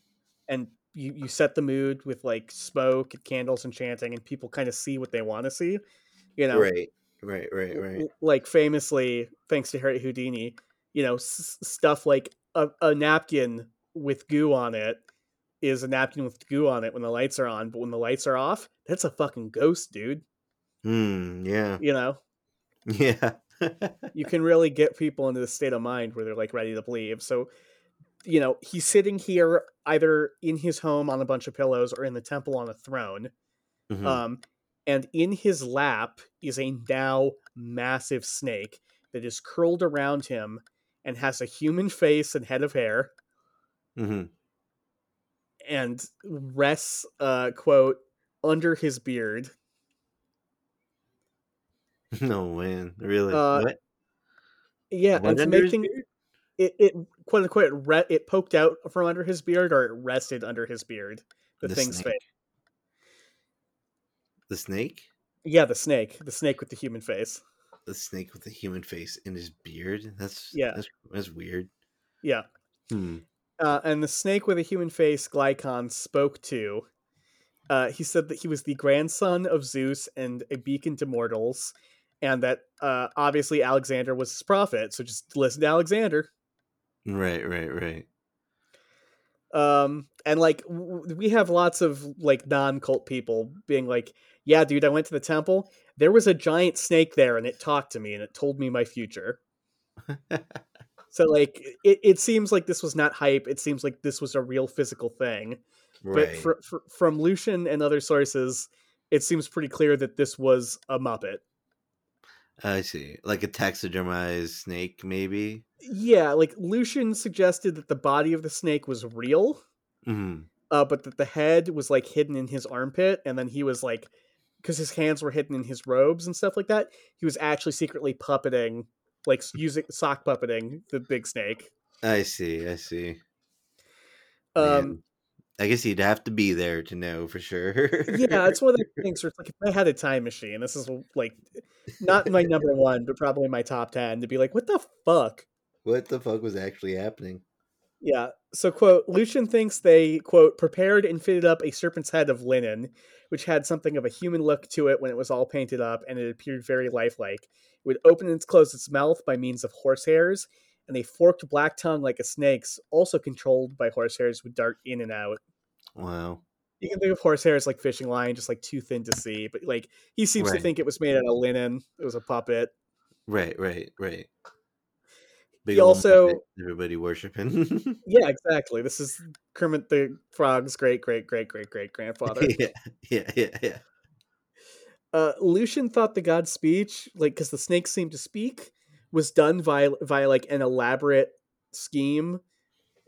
B: and you you set the mood with like smoke and candles and chanting, and people kind of see what they want to see. You know,
A: Right. Right. Right.
B: L-
A: Right.
B: l- like famously, thanks to Harry Houdini, you know s- s- stuff like a, a napkin with goo on it is a napkin with goo on it when the lights are on, but when the lights are off, that's a fucking ghost, dude.
A: Hmm. Yeah.
B: You know,
A: Yeah.
B: you can really get people into the state of mind where they're like ready to believe. So, you know, he's sitting here either in his home on a bunch of pillows or in the temple on a throne.
A: Mhm.
B: Um, and in his lap is a now massive snake that is curled around him and has a human face and head of hair
A: Mhm.
B: and rests, uh, quote, under his beard.
A: No man. Really.
B: Uh,
A: what?
B: Yeah,
A: What
B: and to
A: under
B: make
A: his
B: things,
A: beard?
B: it, it quote unquote it, re- it poked out from under his beard or it rested under his beard. The,
A: The
B: thing's
A: snake.
B: face.
A: The snake.
B: Yeah, the snake, the snake with the human face.
A: The snake with the human face and his beard. That's
B: Yeah.
A: That's, that's weird.
B: Yeah,
A: Hmm.
B: uh, and the snake with a human face, Glycon spoke to. Uh, he said that he was the grandson of Zeus and a beacon to mortals, and that uh, obviously Alexander was his prophet. So just listen to Alexander.
A: Right. Right. Right.
B: um and like w- w- we have lots of like non-cult people being like yeah dude i went to the temple there was a giant snake there and it talked to me and it told me my future so like it, it seems like this was not hype it seems like this was a real physical thing but
A: Right.
B: fr- fr- from lucian and other sources it seems pretty clear that this was a muppet
A: I see. Like a taxidermized snake, maybe.
B: yeah like lucian suggested that the body of the snake was real
A: Hmm.
B: uh, but that the head was like hidden in his armpit, and then he was like, because his hands were hidden in his robes and stuff like that, he was actually secretly puppeting, like s- using sock puppeting the big snake.
A: I see. I see.
B: Um,
A: Man. I guess you'd have to be there to know for sure.
B: yeah, it's one of the things where it's like if I had a time machine, this is like not my number one, but probably my top ten to be like, what the fuck?
A: what the fuck was actually happening?
B: Yeah. So, quote, Lucian thinks they, quote, prepared and fitted up a serpent's head of linen, which had something of a human look to it when it was all painted up, and it appeared very lifelike. It would open and close its mouth by means of horsehairs, and a forked black tongue like a snake's, also controlled by horsehairs, would dart in and out.
A: Wow.
B: You can think of horsehairs like fishing line, just like too thin to see, but like he seems
A: Right.
B: to think it was made out of linen. It was a puppet.
A: Right. Right. Right.
B: He
A: ol'
B: also-
A: Muppet, everybody worshiping.
B: Yeah, exactly. This is Kermit the Frog's great, great, great, great, great grandfather.
A: yeah. Yeah. Yeah. Yeah.
B: uh, Lucian thought the god's speech, like because the snake seemed to speak, was done via via like an elaborate scheme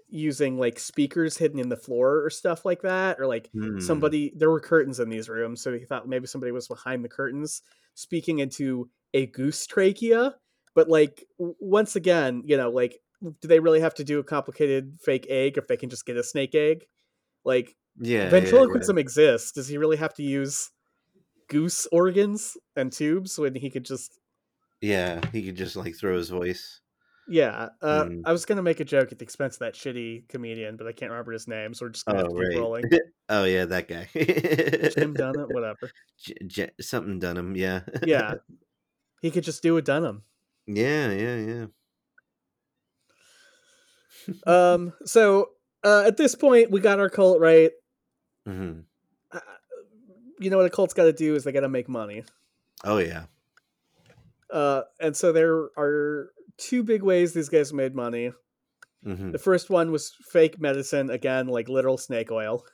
B: using like speakers hidden in the floor or stuff like that, or like
A: Hmm.
B: somebody there were curtains in these rooms, so he thought maybe somebody was behind the curtains speaking into a goose trachea. But like w- once again, you know, like do they really have to do a complicated fake egg if they can just get a snake egg? Like
A: Yeah. yeah, yeah.
B: ventriloquism exists. Does he really have to use goose organs and tubes when he could just?
A: Yeah, He could just like throw his voice.
B: Yeah, uh,
A: Mm.
B: I was gonna make a joke at the expense of that shitty comedian, but I can't remember his name, so we're just gonna have
A: Oh,
B: to keep
A: right.
B: rolling.
A: Oh yeah, that guy.
B: Jim Dunham, whatever.
A: J- J- something Dunham. Yeah.
B: Yeah, he could just do a Dunham.
A: yeah. Yeah. Yeah.
B: Um, so uh, at this point, we got our cult right.
A: hmm
B: Uh, You know what a cult's got to do is they got to make money.
A: Oh yeah.
B: Uh, and so there are two big ways these guys made money.
A: hmm
B: The first one was fake medicine, again, like literal snake oil.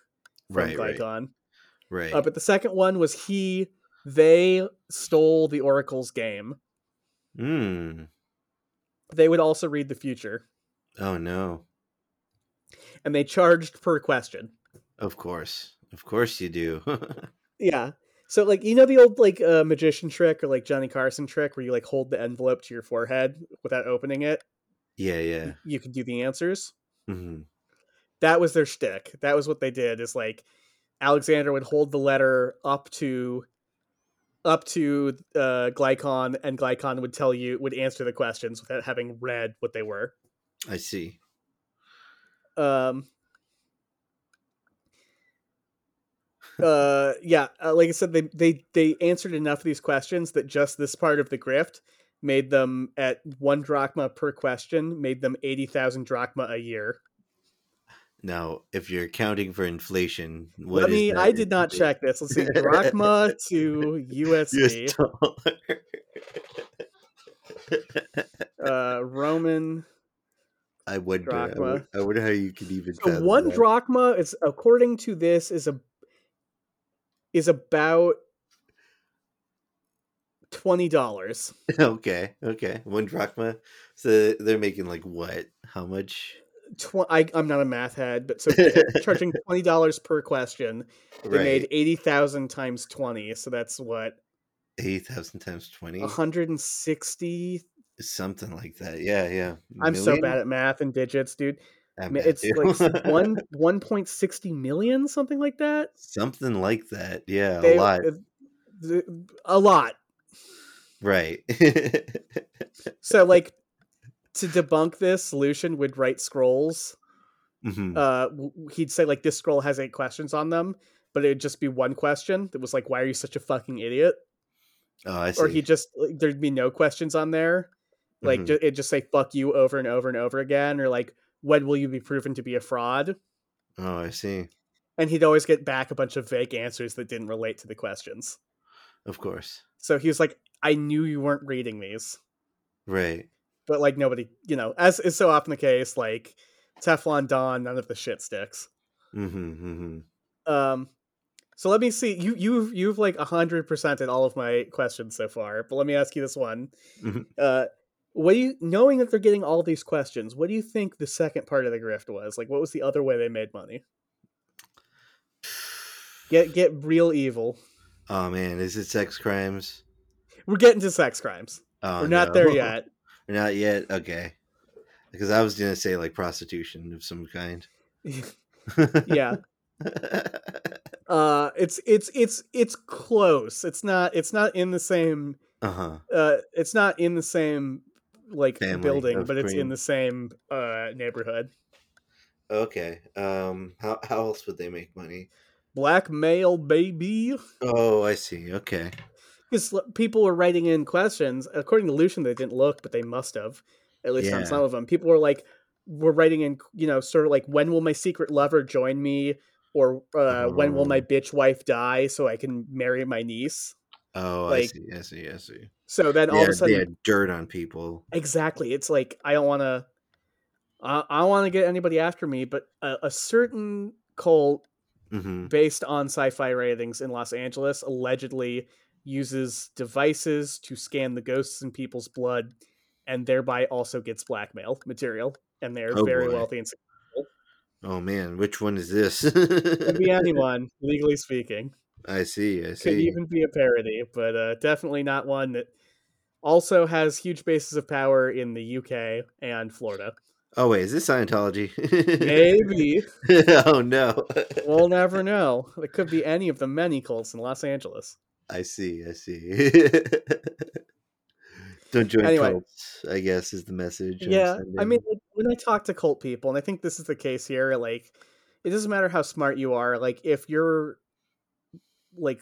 B: from
A: Right. Right.
B: Glycon.
A: Right.
B: Uh, but the second one was he, they stole the Oracle's game.
A: Mm.
B: They would also read the future,
A: Oh no.
B: and they charged per question.
A: Of course. Of course you do.
B: Yeah. So like you know the old like uh, magician trick or like Johnny Carson trick where you like hold the envelope to your forehead without opening it,
A: yeah, yeah.
B: you can do the answers.
A: hmm
B: That was their shtick. That was what they did. Is like Alexander would hold the letter up to up to uh, Glycon, and Glycon would tell you would answer the questions without having read what they were.
A: I see.
B: um uh yeah uh, like i said they they they answered enough of these questions that just this part of the grift made them at one drachma per question made them 80,000 drachma a year
A: Now, if you're accounting for inflation, what
B: Let
A: is
B: me.
A: that
B: I did
A: in-
B: not check this. Let's see, drachma to
A: US
B: USD,
A: dollar.
B: uh, Roman.
A: I wonder. I
B: Drachma.
A: wonder, I wonder how you could even.
B: So
A: fathom
B: one
A: that.
B: drachma is, according to this, is a is about twenty dollars.
A: Okay, okay, one drachma. So they're making like what? How much?
B: Tw- I, I'm not a math head, but so charging twenty dollars per question. They made eighty thousand times twenty, so that's what
A: eight thousand times twenty,
B: hundred and sixty.
A: something like that. Yeah, yeah.
B: I'm so bad at math and digits, dude.
A: I
B: Ma- It's like one one point sixty million, something like that.
A: something like that. Yeah,
B: They-
A: a lot.
B: uh, th- a lot.
A: Right. Mm-hmm.
B: So like to debunk this, Lucian would write scrolls.
A: Mhm.
B: Uh, w- w- he'd say like this scroll has eight questions on them, but it'd just be one question that was like, "Why are you such a fucking idiot?"
A: oh, I see.
B: Or he just like, there'd be no questions on there. Like
A: Mhm.
B: ju- it'd just say "fuck you" over and over and over again, or like, "When will you be proven to be a fraud?"
A: oh, I see.
B: And he'd always get back a bunch of vague answers that didn't relate to the questions.
A: Of course.
B: So he was like, "I knew you weren't reading these."
A: Right.
B: but like nobody, you know, as is so often the case, like Teflon Don, none of the shit sticks.
A: Mm-hmm, mm-hmm.
B: Um, so let me see. You you've you've like hundred percent at all of my questions so far, but let me ask you this one.
A: Mhm.
B: Uh, what do you knowing that they're getting all these questions? What do you think the second part of the grift was? Like, what was the other way they made money? Get get real evil.
A: Oh man, is it sex crimes?
B: We're getting to sex crimes.
A: Oh,
B: We're not
A: no.
B: there yet.
A: We're not yet. Okay. Because I was gonna say like prostitution of some kind.
B: yeah. Uh, it's it's it's it's close. It's not it's not in the same
A: uh huh.
B: uh it's not in the same like
A: Family
B: building
A: of
B: but it's in
A: Queen.
B: the same uh neighborhood
A: Okay. Um. How how else would they make money?
B: black male baby
A: Oh, I see. Okay.
B: because people were writing in questions according to lucian they didn't look but they must have at least on
A: Yeah.
B: some of them people were like were writing in you know sort of like when will my secret lover join me or uh, when will my
A: Oh.
B: bitch wife die so i can marry my niece
A: Oh, I
B: Like-
A: see. I see. I see.
B: so then all
A: yeah,
B: of a sudden
A: they had dirt on people.
B: Exactly. It's like I don't want to. I, I want to get anybody after me, but a, a certain cult
A: hmm
B: based on sci-fi ratings in Los Angeles allegedly uses devices to scan the ghosts in people's blood, and thereby also gets blackmail material. And they're
A: Oh,
B: very
A: boy.
B: wealthy and successful.
A: Oh man, which one is this?
B: Could be anyone, legally speaking.
A: I see. I
B: Could
A: see.
B: even be a parody, but uh, definitely not one that also has huge bases of power in the UK and Florida.
A: Oh wait, is this Scientology?
B: Maybe.
A: oh no.
B: we'll never know. It could be any of the many cults in Los Angeles.
A: I see. I see. Don't join
B: Anyway.
A: cults. I guess is the message. I'm
B: Yeah, I
A: sending.
B: mean, like, when I talk to cult people, and I think this is the case here, like, it doesn't matter how smart you are. Like, if you're, like,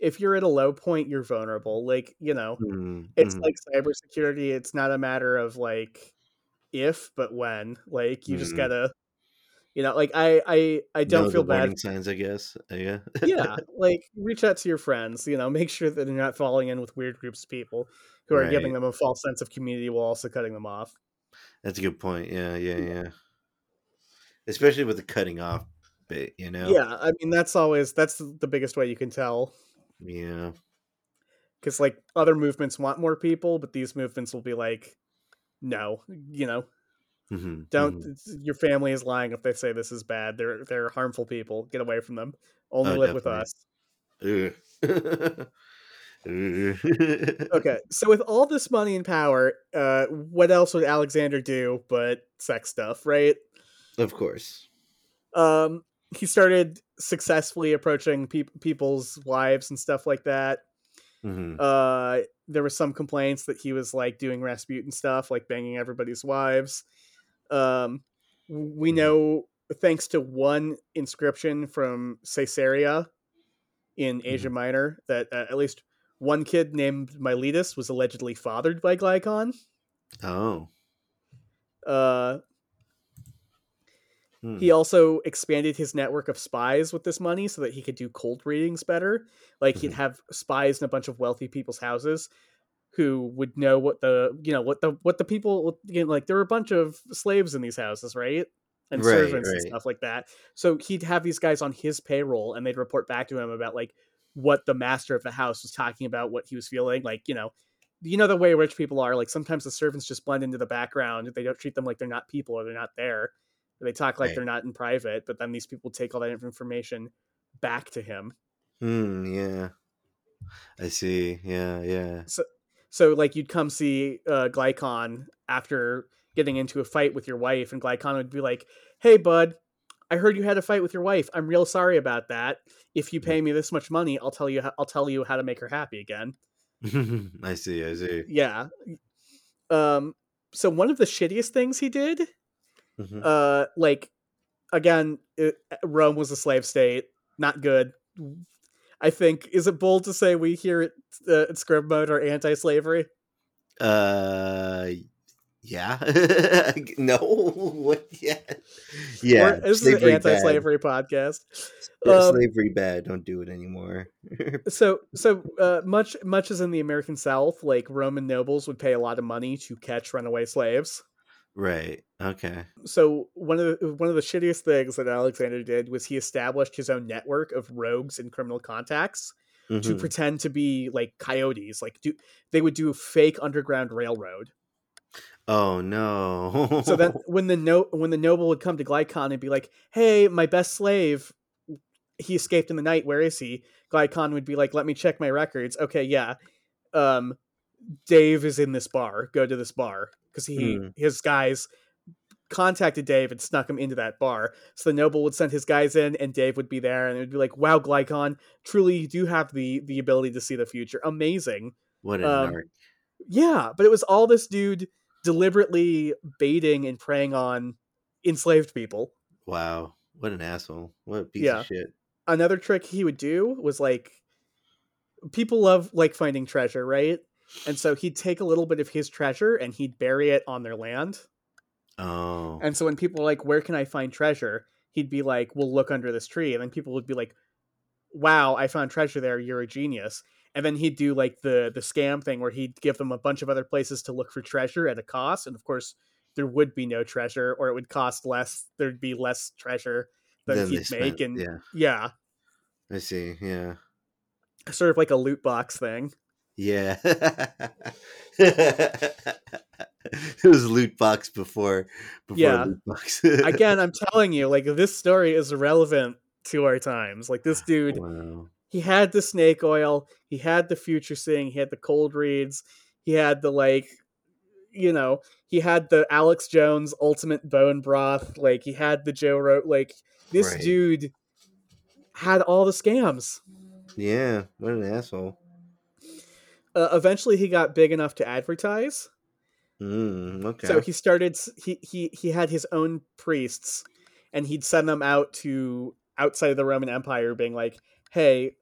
B: if you're at a low point, you're vulnerable. Like, you know,
A: Mhm,
B: it's
A: mhm.
B: like cybersecurity. It's not a matter of like if, but when. Like, you just
A: Mhm.
B: gotta, you know, like I, I, I
A: Know
B: don't
A: the
B: feel bad
A: warning signs. I guess. Oh, Yeah.
B: yeah like reach out to your friends you know make sure that they're not falling in with weird groups of people who are giving
A: Right.
B: them a false sense of community while also cutting them off
A: That's a good point. Yeah. Yeah. Yeah. Especially with the cutting off bit, you know.
B: yeah i mean that's always that's the the biggest way you can tell
A: Yeah.
B: because like other movements want more people but these movements will be like no you know
A: Mhm,
B: don't
A: mhm.
B: it's- your family is lying if they say this is bad they're they're harmful people get away from them only
A: Oh,
B: live with
A: definitely.
B: us
A: mm-hmm. Ugh. Ugh.
B: okay so with all this money and power uh what else would alexander do but sex stuff right
A: Of course.
B: um he started successfully approaching peop people's wives and stuff like that
A: Mhm.
B: uh there were some complaints that he was like doing rasputin stuff like banging everybody's wives um w- we
A: Mhm.
B: know thanks to one inscription from caesarea in asia
A: Mhm.
B: minor that uh, at least one kid named miletus was allegedly fathered by glycon
A: Oh.
B: uh
A: Hmm.
B: He also expanded his network of spies with this money so that he could do cold readings better. Like he'd
A: Mhm.
B: have spies in a bunch of wealthy people's houses who would know what the you know what the what the people you know, like there were a bunch of slaves in these houses, right? And
A: Right,
B: servants and
A: right.
B: stuff like that. So he'd have these guys on his payroll and they'd report back to him about like what the master of the house was talking about, what he was feeling, like, you know, you know the way rich people are like sometimes the servants just blend into the background they don't treat them like they're not people or they're not there or they talk like
A: Right.
B: they're not in private but then these people take all that information back to him
A: Hmm, yeah. I see. Yeah, yeah.
B: so like you'd come see uh, glycon after getting into a fight with your wife and glycon would be like hey bud i heard you had a fight with your wife i'm real sorry about that if you pay me this much money i'll tell you how, i'll tell you how to make her happy again
A: I see. I see.
B: yeah um so one of the shittiest things he did
A: Mhm.
B: uh like again it, rome was a slave state not good i think is it bold to say we here at, uh, at scrub mode are anti-slavery
A: Uh, yeah. no. What? Yeah.
B: We're-
A: Yeah.
B: this is an
A: slavery
B: anti-slavery podcast
A: Bad. Yeah,
B: um,
A: slavery bad. Don't do it anymore.
B: so so uh, much much as in the american south like roman nobles would pay a lot of money to catch runaway slaves
A: right. Okay.
B: so one of the one of the shittiest things that alexander did was he established his own network of rogues and criminal contacts to
A: Mhm.
B: pretend to be like coyotes like do they would do fake underground railroad
A: Oh no.
B: so then when the no when the noble would come to glycon and be like hey my best slave he escaped in the night where is he glycon would be like let me check my records okay yeah um dave is in this bar go to this bar because he
A: Hmm.
B: his guys contacted dave and snuck him into that bar so the noble would send his guys in and dave would be there and it would be like wow glycon truly you do have the the ability to see the future amazing
A: what a
B: um,
A: narc.
B: yeah, but it was all this dude deliberately baiting and preying on enslaved people.
A: Wow. What an asshole. What a piece
B: yeah.
A: of shit.
B: Another trick he would do was like people love like finding treasure, right? And so he'd take a little bit of his treasure and he'd bury it on their land.
A: Oh.
B: And so when people were like, "Where can I find treasure?" he'd be like, "Well, look under this tree." And then people would be like, "Wow, I found treasure there. You're a genius." And then he'd do like the the scam thing where he'd give them a bunch of other places to look for treasure at a cost, and of course there would be no treasure, or it would cost less. There'd be less treasure than
A: then they
B: he'd make,
A: spent.
B: and
A: Yeah.
B: yeah,
A: I see. Yeah.
B: sort of like a loot box thing.
A: Yeah. it was loot box before before
B: Yeah.
A: loot box.
B: Again, I'm telling you, like this story is relevant to our times. Like this dude
A: wow.
B: he had the snake oil, he had the future seeing, he had the cold reads, he had the like, you know, he had the Alex Jones ultimate bone broth, like he had the Joe Ro like this
A: Right.
B: dude had all the scams.
A: Yeah. What an asshole.
B: Uh, eventually, he got big enough to advertise,
A: Mm, okay.
B: so he started. s- He he he had his own priests, and he'd send them out to outside of the Roman Empire, being like, "Hey,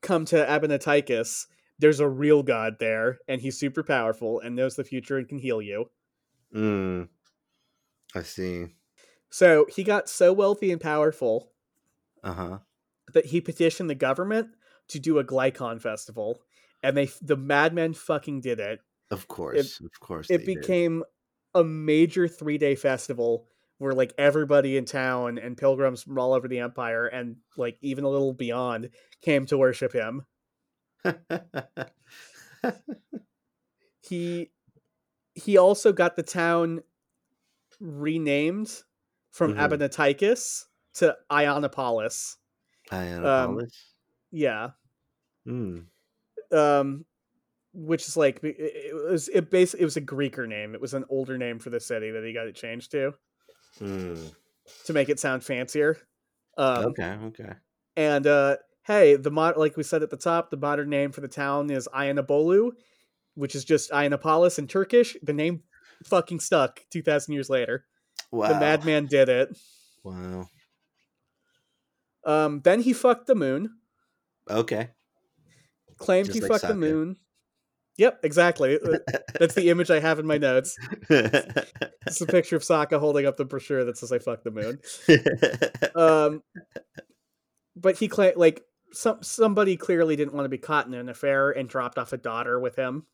B: come to Abenaticus. There's a real god there, and he's super powerful and knows the future and can heal you.
A: mm, I see.
B: So he got so wealthy and powerful
A: Uh huh.
B: that he petitioned the government to do a glycon festival, and they the madmen fucking did it.
A: Of course. of course. they
B: It
A: did.
B: became a major three day festival where like everybody in town and pilgrims from all over the empire and like even a little beyond came to worship him. He he also got the town renamed from
A: Mhm.
B: Abenaticus to Ionopolis.
A: Ionopolis.
B: Yeah.
A: Mm,
B: Um which is like it- it was it basically it was a Greeker name. It was an older name for the city that he got it changed to
A: mm.
B: to make it sound fancier. Um
A: Okay. Okay.
B: and uh hey, the mod like we said at the top, the modern name for the town is Ionabolu, which is just Ionopolis in Turkish. The name fucking stuck 2000 years later.
A: Wow.
B: The madman did it.
A: Wow.
B: Um, then he fucked the moon,
A: Okay.
B: claimed
A: Just
B: he
A: like
B: fucked the
A: Saka.
B: moon, Yep, exactly. Uh, That's the image I have in my notes.
A: Mm-hmm.
B: It's a picture of Sokka holding up the brochure that says "I fuck the moon." Um, but he cla- like some somebody clearly didn't want to be caught in an affair and dropped off a daughter with him.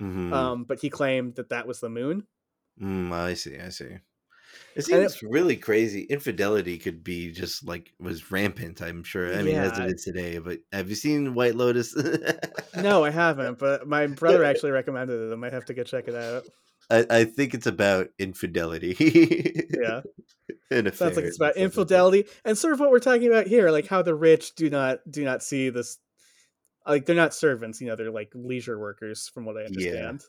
A: Mhm.
B: Um, but he claimed that that was the moon.
A: Mm, I see. I see. It
B: And it-
A: seems really crazy. Infidelity could be just like was rampant. I'm sure. I mean, as
B: Yeah.
A: it is today. But have you seen White Lotus?
B: No, I haven't, but my brother actually recommended it. I might have to go check it out.
A: I, I think it's about infidelity.
B: Yeah.
A: An affair
B: sounds like
A: and
B: it's about
A: stuff like that.
B: infidelity and sort of what we're talking about here like how the rich do not do not see this like they're not servants you know they're like leisure workers from what i understand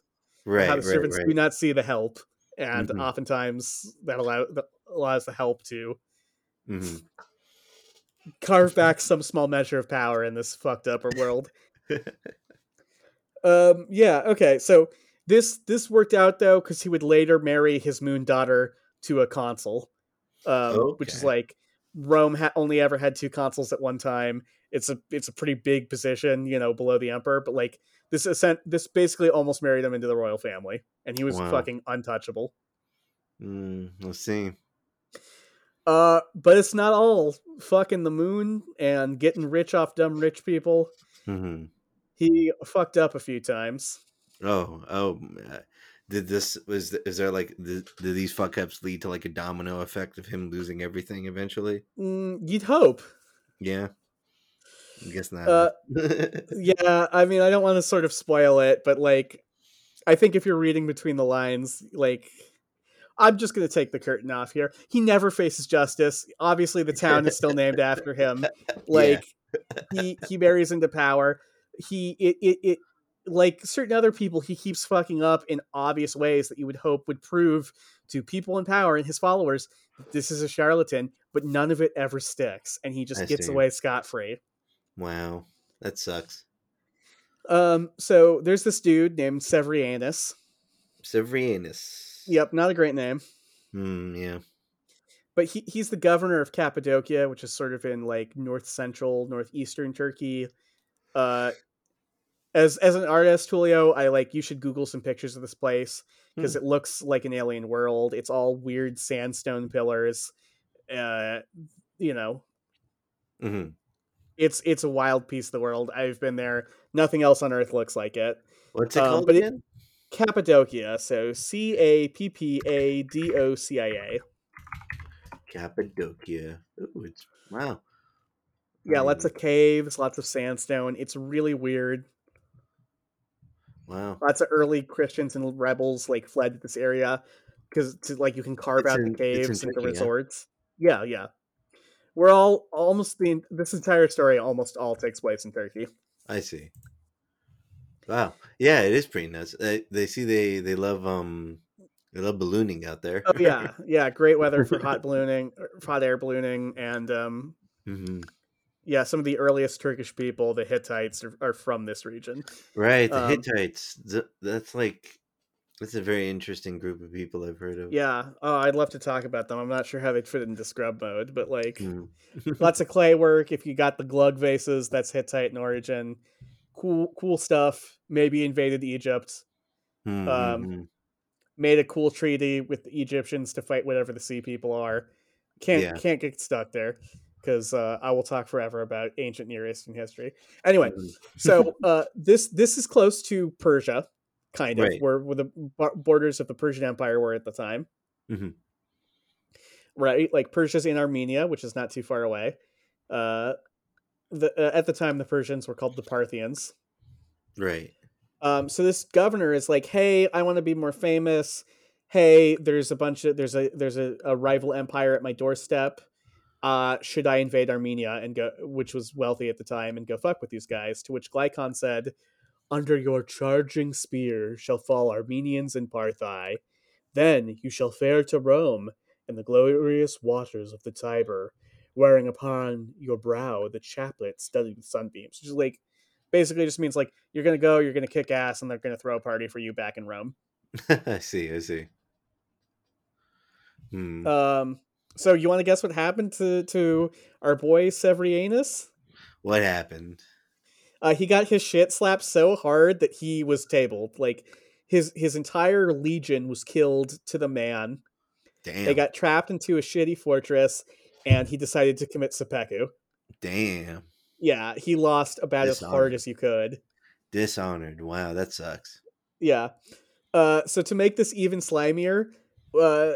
A: Right.
B: how the
A: right.
B: servants
A: Right.
B: do not see the help and
A: Mhm.
B: oftentimes that allow that allows the help to
A: Mhm.
B: carve back some small measure of power in this fucked up world um yeah okay so this this worked out though because he would later marry his moon daughter to a consul um which is
A: Okay.
B: like rome ha- only ever had two consuls at one time it's a it's a pretty big position you know below the emperor but like this ascent this basically almost married him into the royal family and he was
A: Wow.
B: fucking untouchable
A: Mm, let's see.
B: uh but it's not all fucking the moon and getting rich off dumb rich people
A: hmm
B: he fucked up a few times
A: Oh, oh. uh, Did this was th- is there like th- did these fuck ups lead to like a domino effect of him losing everything eventually?
B: Mm, you'd hope
A: Yeah. I guess not.
B: Uh,
A: huh?
B: yeah i mean i don't want to sort of spoil it but like i think if you're reading between the lines like i'm just going to take the curtain off here he never faces justice obviously the town is still named after him like he he marries into power he it, it it like certain other people he keeps fucking up in obvious ways that you would hope would prove to people in power and his followers that this is a charlatan but none of it ever sticks and he just
A: I
B: gets
A: see.
B: away scot-free
A: wow. That sucks.
B: Um, so there's this dude named Severianus.
A: Severinus.
B: Yep, not a great name,
A: Mm, yeah.
B: but he, he's the governor of Cappadocia, which is sort of in like north central, northeastern Turkey. Uh, as as an artist, Julio, I like you should Google some pictures of this place because
A: Hmm.
B: it looks like an alien world. It's all weird sandstone pillars. Uh, you know,
A: hmm
B: it's it's a wild piece of the world. I've been there. Nothing else on Earth looks like it.
A: What's it
B: Um,
A: called
B: but it-
A: again?
B: Cappadocia. So C A P P A D O C I A.
A: Cappadocia. Ooh, it's wow.
B: Yeah, lots
A: Um,
B: of caves, lots of sandstone. It's really weird.
A: Hmm, wow.
B: Lots of early Christians and rebels like fled to this area because like you can carve
A: It's
B: out
A: in-
B: the
A: it's in
B: caves into
A: Turkey, yeah?
B: resorts. Yeah, yeah. We're all almost the en- this entire story almost all takes place in Turkey.
A: I see. Wow. Yeah, it is pretty nuts. They, they see they they love um they love ballooning out there.
B: Oh yeah, yeah. Great weather for hot ballooning, er, for hot air ballooning, and um,
A: hmm
B: yeah, some of the earliest Turkish people, the Hittites, are, are from this region.
A: Right, the
B: Um,
A: Hittites. th- that's like that's a very interesting group of people I've heard of.
B: Yeah, oh, I'd love to talk about them. I'm not sure how they fit into scrub mode, but like
A: Mm.
B: lots of clay work. If you got the glug vases, that's Hittite in origin. Cool, cool stuff. Maybe invaded Egypt.
A: Mm, mm,
B: Um,
A: mm.
B: Made a cool treaty with the Egyptians to fight whatever the sea people are. Can't
A: Yeah.
B: can't get stuck there because uh, I will talk forever about ancient Near Eastern history. Anyway,
A: Mm.
B: so uh, this this is close to Persia, kind of
A: Right.
B: where, where the bo- borders of the Persian Empire were at the time.
A: Mhm.
B: Right, like Persia's in Armenia, which is not too far away. Uh, the uh, at the time the Persians were called the Parthians.
A: Right.
B: Um, so this governor is like, "Hey, I want to be more famous. Hey, there's a bunch of there's a there's a, a rival empire at my doorstep. Uh, should I invade Armenia and go, which was wealthy at the time, and go fuck with these guys?" To which Glycon said, "Under your charging spear shall fall Armenians and Parthi. Then you shall fare to Rome and the glorious waters of the Tiber." Wearing upon your brow the chaplet studded with sunbeams, which is like basically just means like you're gonna go, you're gonna kick ass, and they're gonna throw a party for you back in Rome.
A: I see. I see. Hmm.
B: Um, so you want to guess what happened to to our boy Severianus?
A: what happened?
B: Uh, he got his shit slapped so hard that he was tabled. Like his his entire legion was killed to the man.
A: Damn.
B: They got trapped into a shitty fortress, and he decided to commit seppuku.
A: Damn.
B: Yeah, he lost about as
A: Dishonored.
B: hard as you could.
A: Dishonored. Wow, that sucks.
B: Yeah. Uh, so to make this even slimier, uh,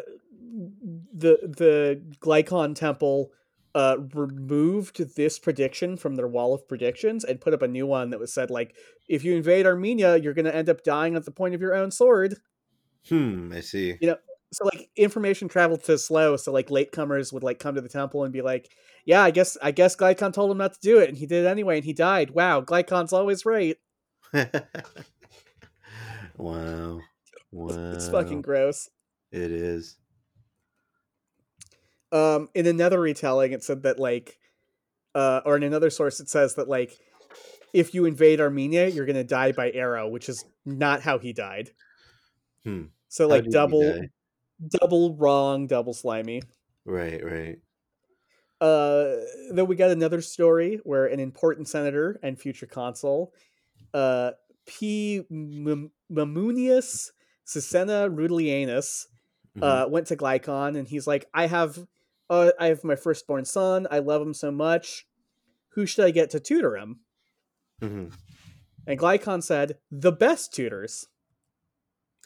B: the the Glycon Temple uh, removed this prediction from their wall of predictions and put up a new one that was said like, if you invade Armenia, you're going to end up dying at the point of your own sword.
A: Hmm. I see.
B: So like information traveled so slow, so like latecomers would like come to the temple and be like, yeah, I guess I guess Glycon told him not to do it, and he did it anyway, and he died. Wow, Glycon's always right.
A: wow. Wow.
B: It's fucking gross.
A: It is.
B: um in another retelling it said that like uh or in another source it says that like if you invade armenia you're gonna die by arrow which is not how he died
A: Hmm.
B: so
A: How
B: like
A: did he
B: double
A: die?
B: double wrong double slimy
A: Right. Right.
B: uh then we got another story where an important senator and future consul uh p Mem- mamunius Sisenna rulianus
A: Mhm.
B: uh, went to Glycon and he's like, I have, uh, I have my firstborn son. I love him so much. Who should I get to tutor him?
A: Mhm.
B: And Glycon said, the best tutors.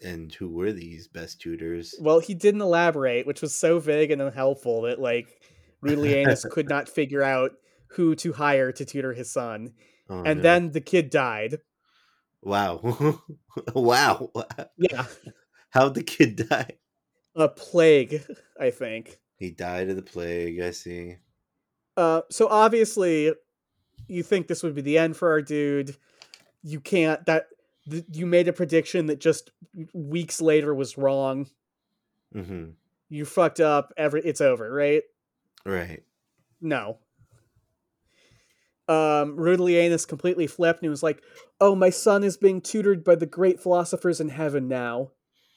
A: And who were these best tutors?
B: Well, he didn't elaborate, which was so vague and unhelpful that like Rulianus could not figure out who to hire to tutor his son.
A: Oh,
B: and
A: no.
B: then the kid died.
A: wow, wow,
B: Yeah,
A: how'd the kid die?
B: a plague, I think.
A: He died of the plague. I see.
B: Uh, so obviously, you think this would be the end for our dude. You can't. That th- you made a prediction that just weeks later was wrong.
A: hmm
B: You fucked up. Every it's over, right?
A: Right.
B: No. Um, Rudelianus completely flipped and was like, "Oh, my son is being tutored by the great philosophers in heaven now."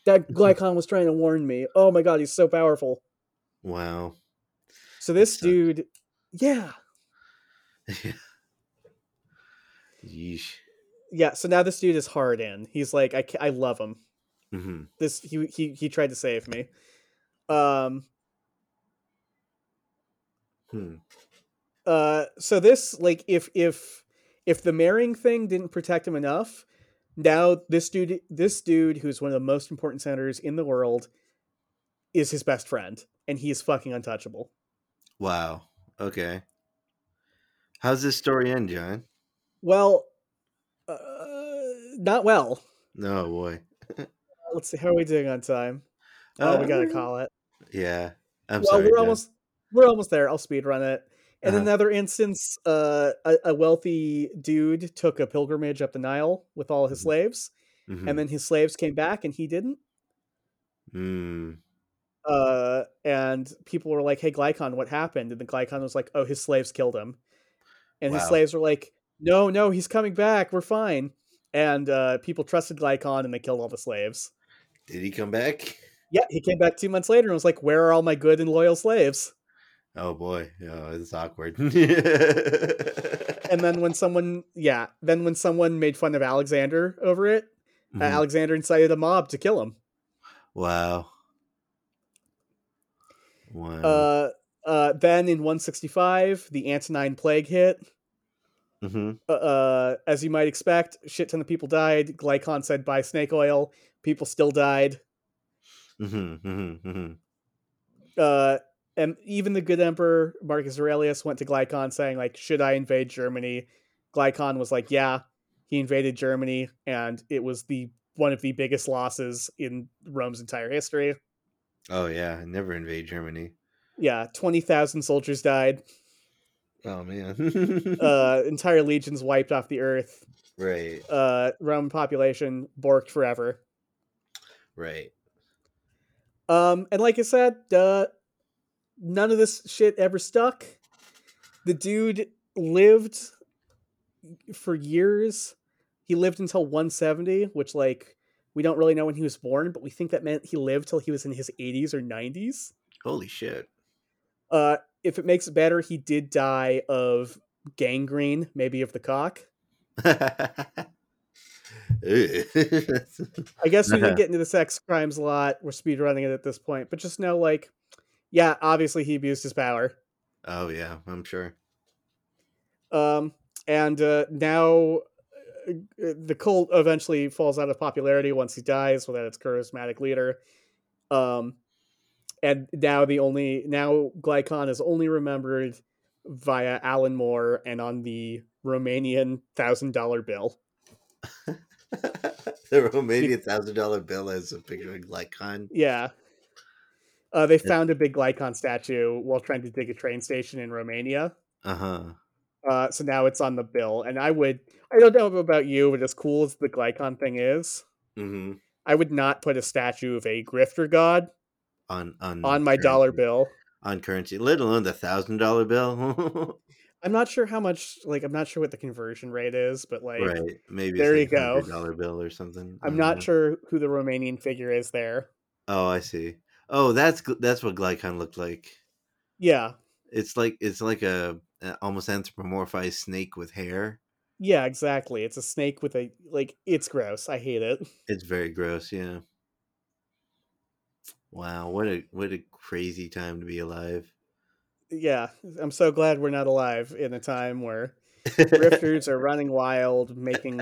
B: That Glycon was trying to warn me. Oh my god, he's so powerful.
A: Wow.
B: So this
A: sucks.
B: dude, yeah,
A: Yeesh.
B: yeah. So now this dude is hard in. He's like, I, ca- I love him.
A: hmm
B: this he he he tried to save me. Um
A: Hmm.
B: uh so this like if if if the marrying thing didn't protect him enough, now this dude this dude who's one of the most important senators in the world is his best friend and he is fucking untouchable.
A: Wow. Okay. How's this story end, John?
B: Well, uh, not well.
A: No Oh, boy.
B: Let's see how are we doing on time. Oh, we got to
A: Uh,
B: call it.
A: Yeah. I'm
B: well,
A: sorry.
B: we're
A: John.
B: almost we're almost there. I'll speed run it. In
A: Uh-huh.
B: another instance, uh, a, a wealthy dude took a pilgrimage up the Nile with all his
A: Mhm.
B: slaves,
A: Mhm.
B: and then his slaves came back, and he didn't.
A: Mm.
B: Uh, and people were like, "Hey, Glycon, what happened?" And the Glycon was like, "Oh, his slaves killed him." And his
A: Wow.
B: slaves were like, "No, no, he's coming back. We're fine." And uh, people trusted Glycon, and they killed all the slaves.
A: Did he come back?
B: Yeah, he came back two months later and was like, "Where are all my good and loyal slaves?"
A: Oh boy. Oh, it's awkward.
B: and then when someone yeah then when someone made fun of alexander over it uh,
A: Mhm.
B: alexander incited a mob to kill him
A: Mm-hmm. Wow. Wow.
B: uh, uh, then in 165 the antonine plague hit
A: hmm
B: Uh, uh, as you might expect shit ton of people died glycon said buy snake oil people still died
A: hmm hmm hmm
B: uh, and even the good emperor marcus aurelius went to glycon saying like should i invade germany glycon was like yeah he invaded germany and it was the one of the biggest losses in rome's entire history
A: Oh yeah, never invade Germany.
B: yeah 20000 soldiers died
A: Oh man.
B: uh entire legions wiped off the earth
A: right,
B: uh roman population borked forever
A: right.
B: um and like i said uh none of this shit ever stuck the dude lived for years he lived until 170 which like we don't really know when he was born but we think that meant he lived till he was in his 80s or 90s
A: Holy shit.
B: uh if it makes it better he did die of gangrene maybe of the cock
A: Eh.
B: I guess we didn't get into the sex crimes a lot. We're speedrunning it at this point, but just know, like, yeah, obviously he abused his power.
A: oh yeah, I'm sure.
B: Um, and uh, now uh, the cult eventually falls out of popularity once he dies without its charismatic leader. Um, and now the only now Glycon is only remembered via Alan Moore and on the Romanian thousand dollar bill.
A: the Romanian thousand dollar bill has a picture of Lycon.
B: Yeah. Uh, they
A: Yeah.
B: found a big Glycon statue while trying to dig a train station in Romania.
A: Uh huh.
B: Uh, so now it's on the bill, and I would I don't know about you, but as cool as the Glycon thing is,
A: hmm
B: I would not put a statue of a grifter god
A: On on
B: on my dollar
A: currency-
B: bill.
A: on currency, let alone the thousand dollar bill.
B: I'm not sure how much like I'm not sure what the conversion rate is, but like
A: right? Mm-hmm. Maybe
B: there you
A: it's like
B: go.
A: Dollar bill or something. I
B: I'm
A: don't know.
B: not sure who the Romanian figure is there.
A: Oh, I see. Oh, that's gl- that's what Glycon looked like.
B: Yeah.
A: It's like it's like a, a almost anthropomorphized snake with hair.
B: Yeah, exactly. It's a snake with a like it's gross. I hate it.
A: It's very gross. Yeah. Wow, what a what a crazy time to be alive.
B: Yeah. I'm so glad we're not alive in a time where grifters are running wild, making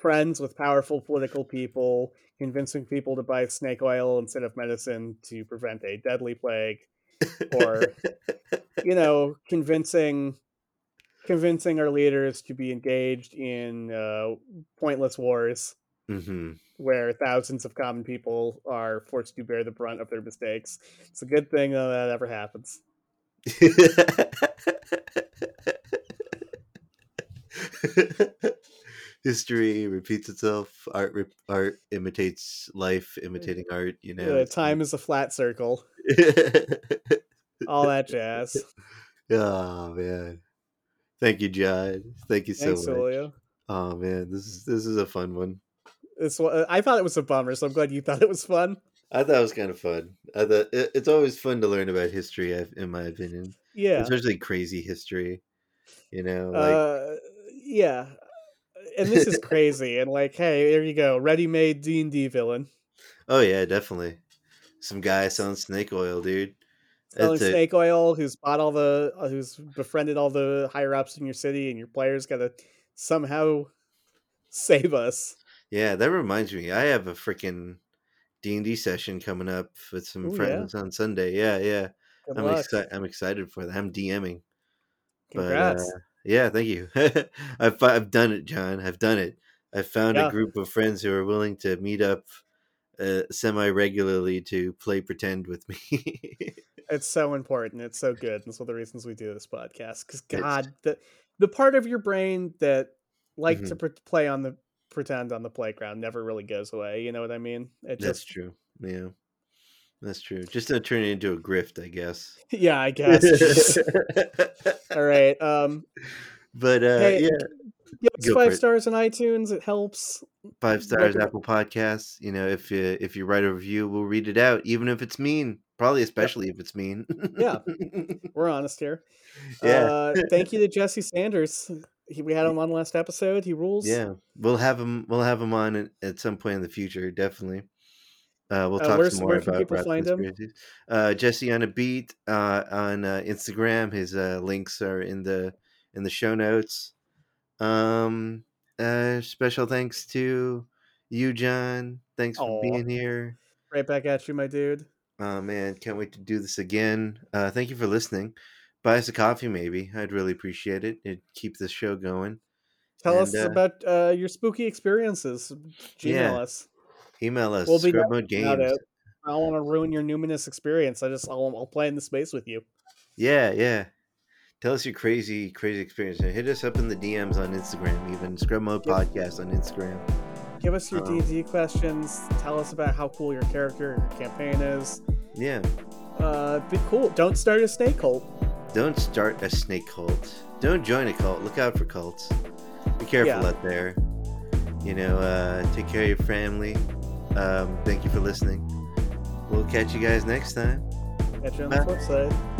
B: friends with powerful political people, convincing people to buy snake oil instead of medicine to prevent a deadly plague, or you know, convincing convincing our leaders to be engaged in uh, pointless wars
A: hmm
B: where thousands of common people are forced to bear the brunt of their mistakes. It's a good thing that that ever happens.
A: History repeats itself. Art re- art imitates life, imitating art. You know,
B: Uh,
A: it's like-
B: time is a flat circle. All that jazz.
A: oh man, thank you, John. Thank you so
B: Thanks,
A: much.
B: Julio.
A: Oh man, this is this is a fun one.
B: This wa- uh, I thought it was a bummer, so I'm glad you thought it was fun.
A: I thought it was kind of fun. I thought it, it's always fun to learn about history, I- in my opinion,
B: Yeah.
A: especially crazy history. You know, like
B: uh, yeah. And this is crazy. And like, hey, there you go, ready-made D and D villain
A: oh yeah, definitely. Some guy selling snake oil, dude.
B: selling
A: That's it.
B: snake oil, who's bought all the, uh, who's befriended all the higher ups in your city, and your players gotta somehow save us.
A: Yeah, that reminds me. I have a freaking D and D session coming up with some
B: Ooh, yeah.
A: friends on Sunday. Yeah, yeah.
B: Good
A: I'm
B: luck.
A: excited. I'm excited for that. I'm DMing. but, uh,
B: Congrats.
A: Yeah, thank you. I've fi- I've done it, John. I've done it. I've found
B: Yeah.
A: a group of friends who are willing to meet up uh, semi regularly to play pretend with me.
B: it's so important. It's so good. That's one of the reasons we do this podcast. Because God, the the part of your brain that like
A: Mm-hmm.
B: to pre- play on the pretend on the playground never really goes away. You know what I mean? It
A: That's
B: just
A: true. Yeah, that's true. Just to turn it into a grift, I guess.
B: yeah, I guess. All right. Um,
A: but uh,
B: Hey,
A: yeah,
B: yeah, it's
A: Go for
B: five
A: it.
B: stars on iTunes. It helps.
A: five stars,
B: recommend-
A: Apple Podcasts. You know, if you if you write a review, we'll read it out, even if it's mean. Probably, especially if it's mean.
B: Yeah. We're honest here.
A: yeah.
B: Uh, thank you to Jesse Sanders. He, we had him on last episode. He rules.
A: Yeah, we'll have him. We'll have him on at, at some point in the future, definitely. Uh, we'll
B: Uh,
A: talk
B: where's-
A: some more
B: where can
A: about
B: people
A: Rock
B: find him?
A: Conspiracies. Uh, Jesse on a beat uh, on uh, Instagram. His uh, links are in the in the show notes. Um, uh, special thanks to you, John. Thanks for
B: Aw.
A: being here.
B: Right back at you, my dude.
A: Oh man, can't wait to do this again. Uh, thank you for listening. Buy us a coffee, maybe. I'd really appreciate it. It'd keep this show going.
B: Tell us
A: And, uh,
B: about uh, your spooky experiences. Gmail
A: Yeah.
B: us.
A: Email us.
B: We'll be
A: Scrub Mode
B: about
A: Games.
B: it. I don't want to ruin your numinous experience. I just I'll, I'll play in the space with you.
A: Yeah, yeah. Tell us your crazy, crazy experience. And hit us up in the DMs on Instagram, even Scrub Mode
B: Yep.
A: Podcast on Instagram.
B: Give us your
A: Uh-huh.
B: D and D questions. Tell us about how cool your character, your campaign is.
A: Yeah.
B: Uh, be cool. Don't start a snake cult.
A: Don't start a snake cult. Don't join a cult. Look out for cults. Be careful
B: Yeah.
A: out there. You know, uh, take care of your family. Um, thank you for listening. We'll catch you guys next time.
B: Catch you on the
A: Bye.
B: flip side.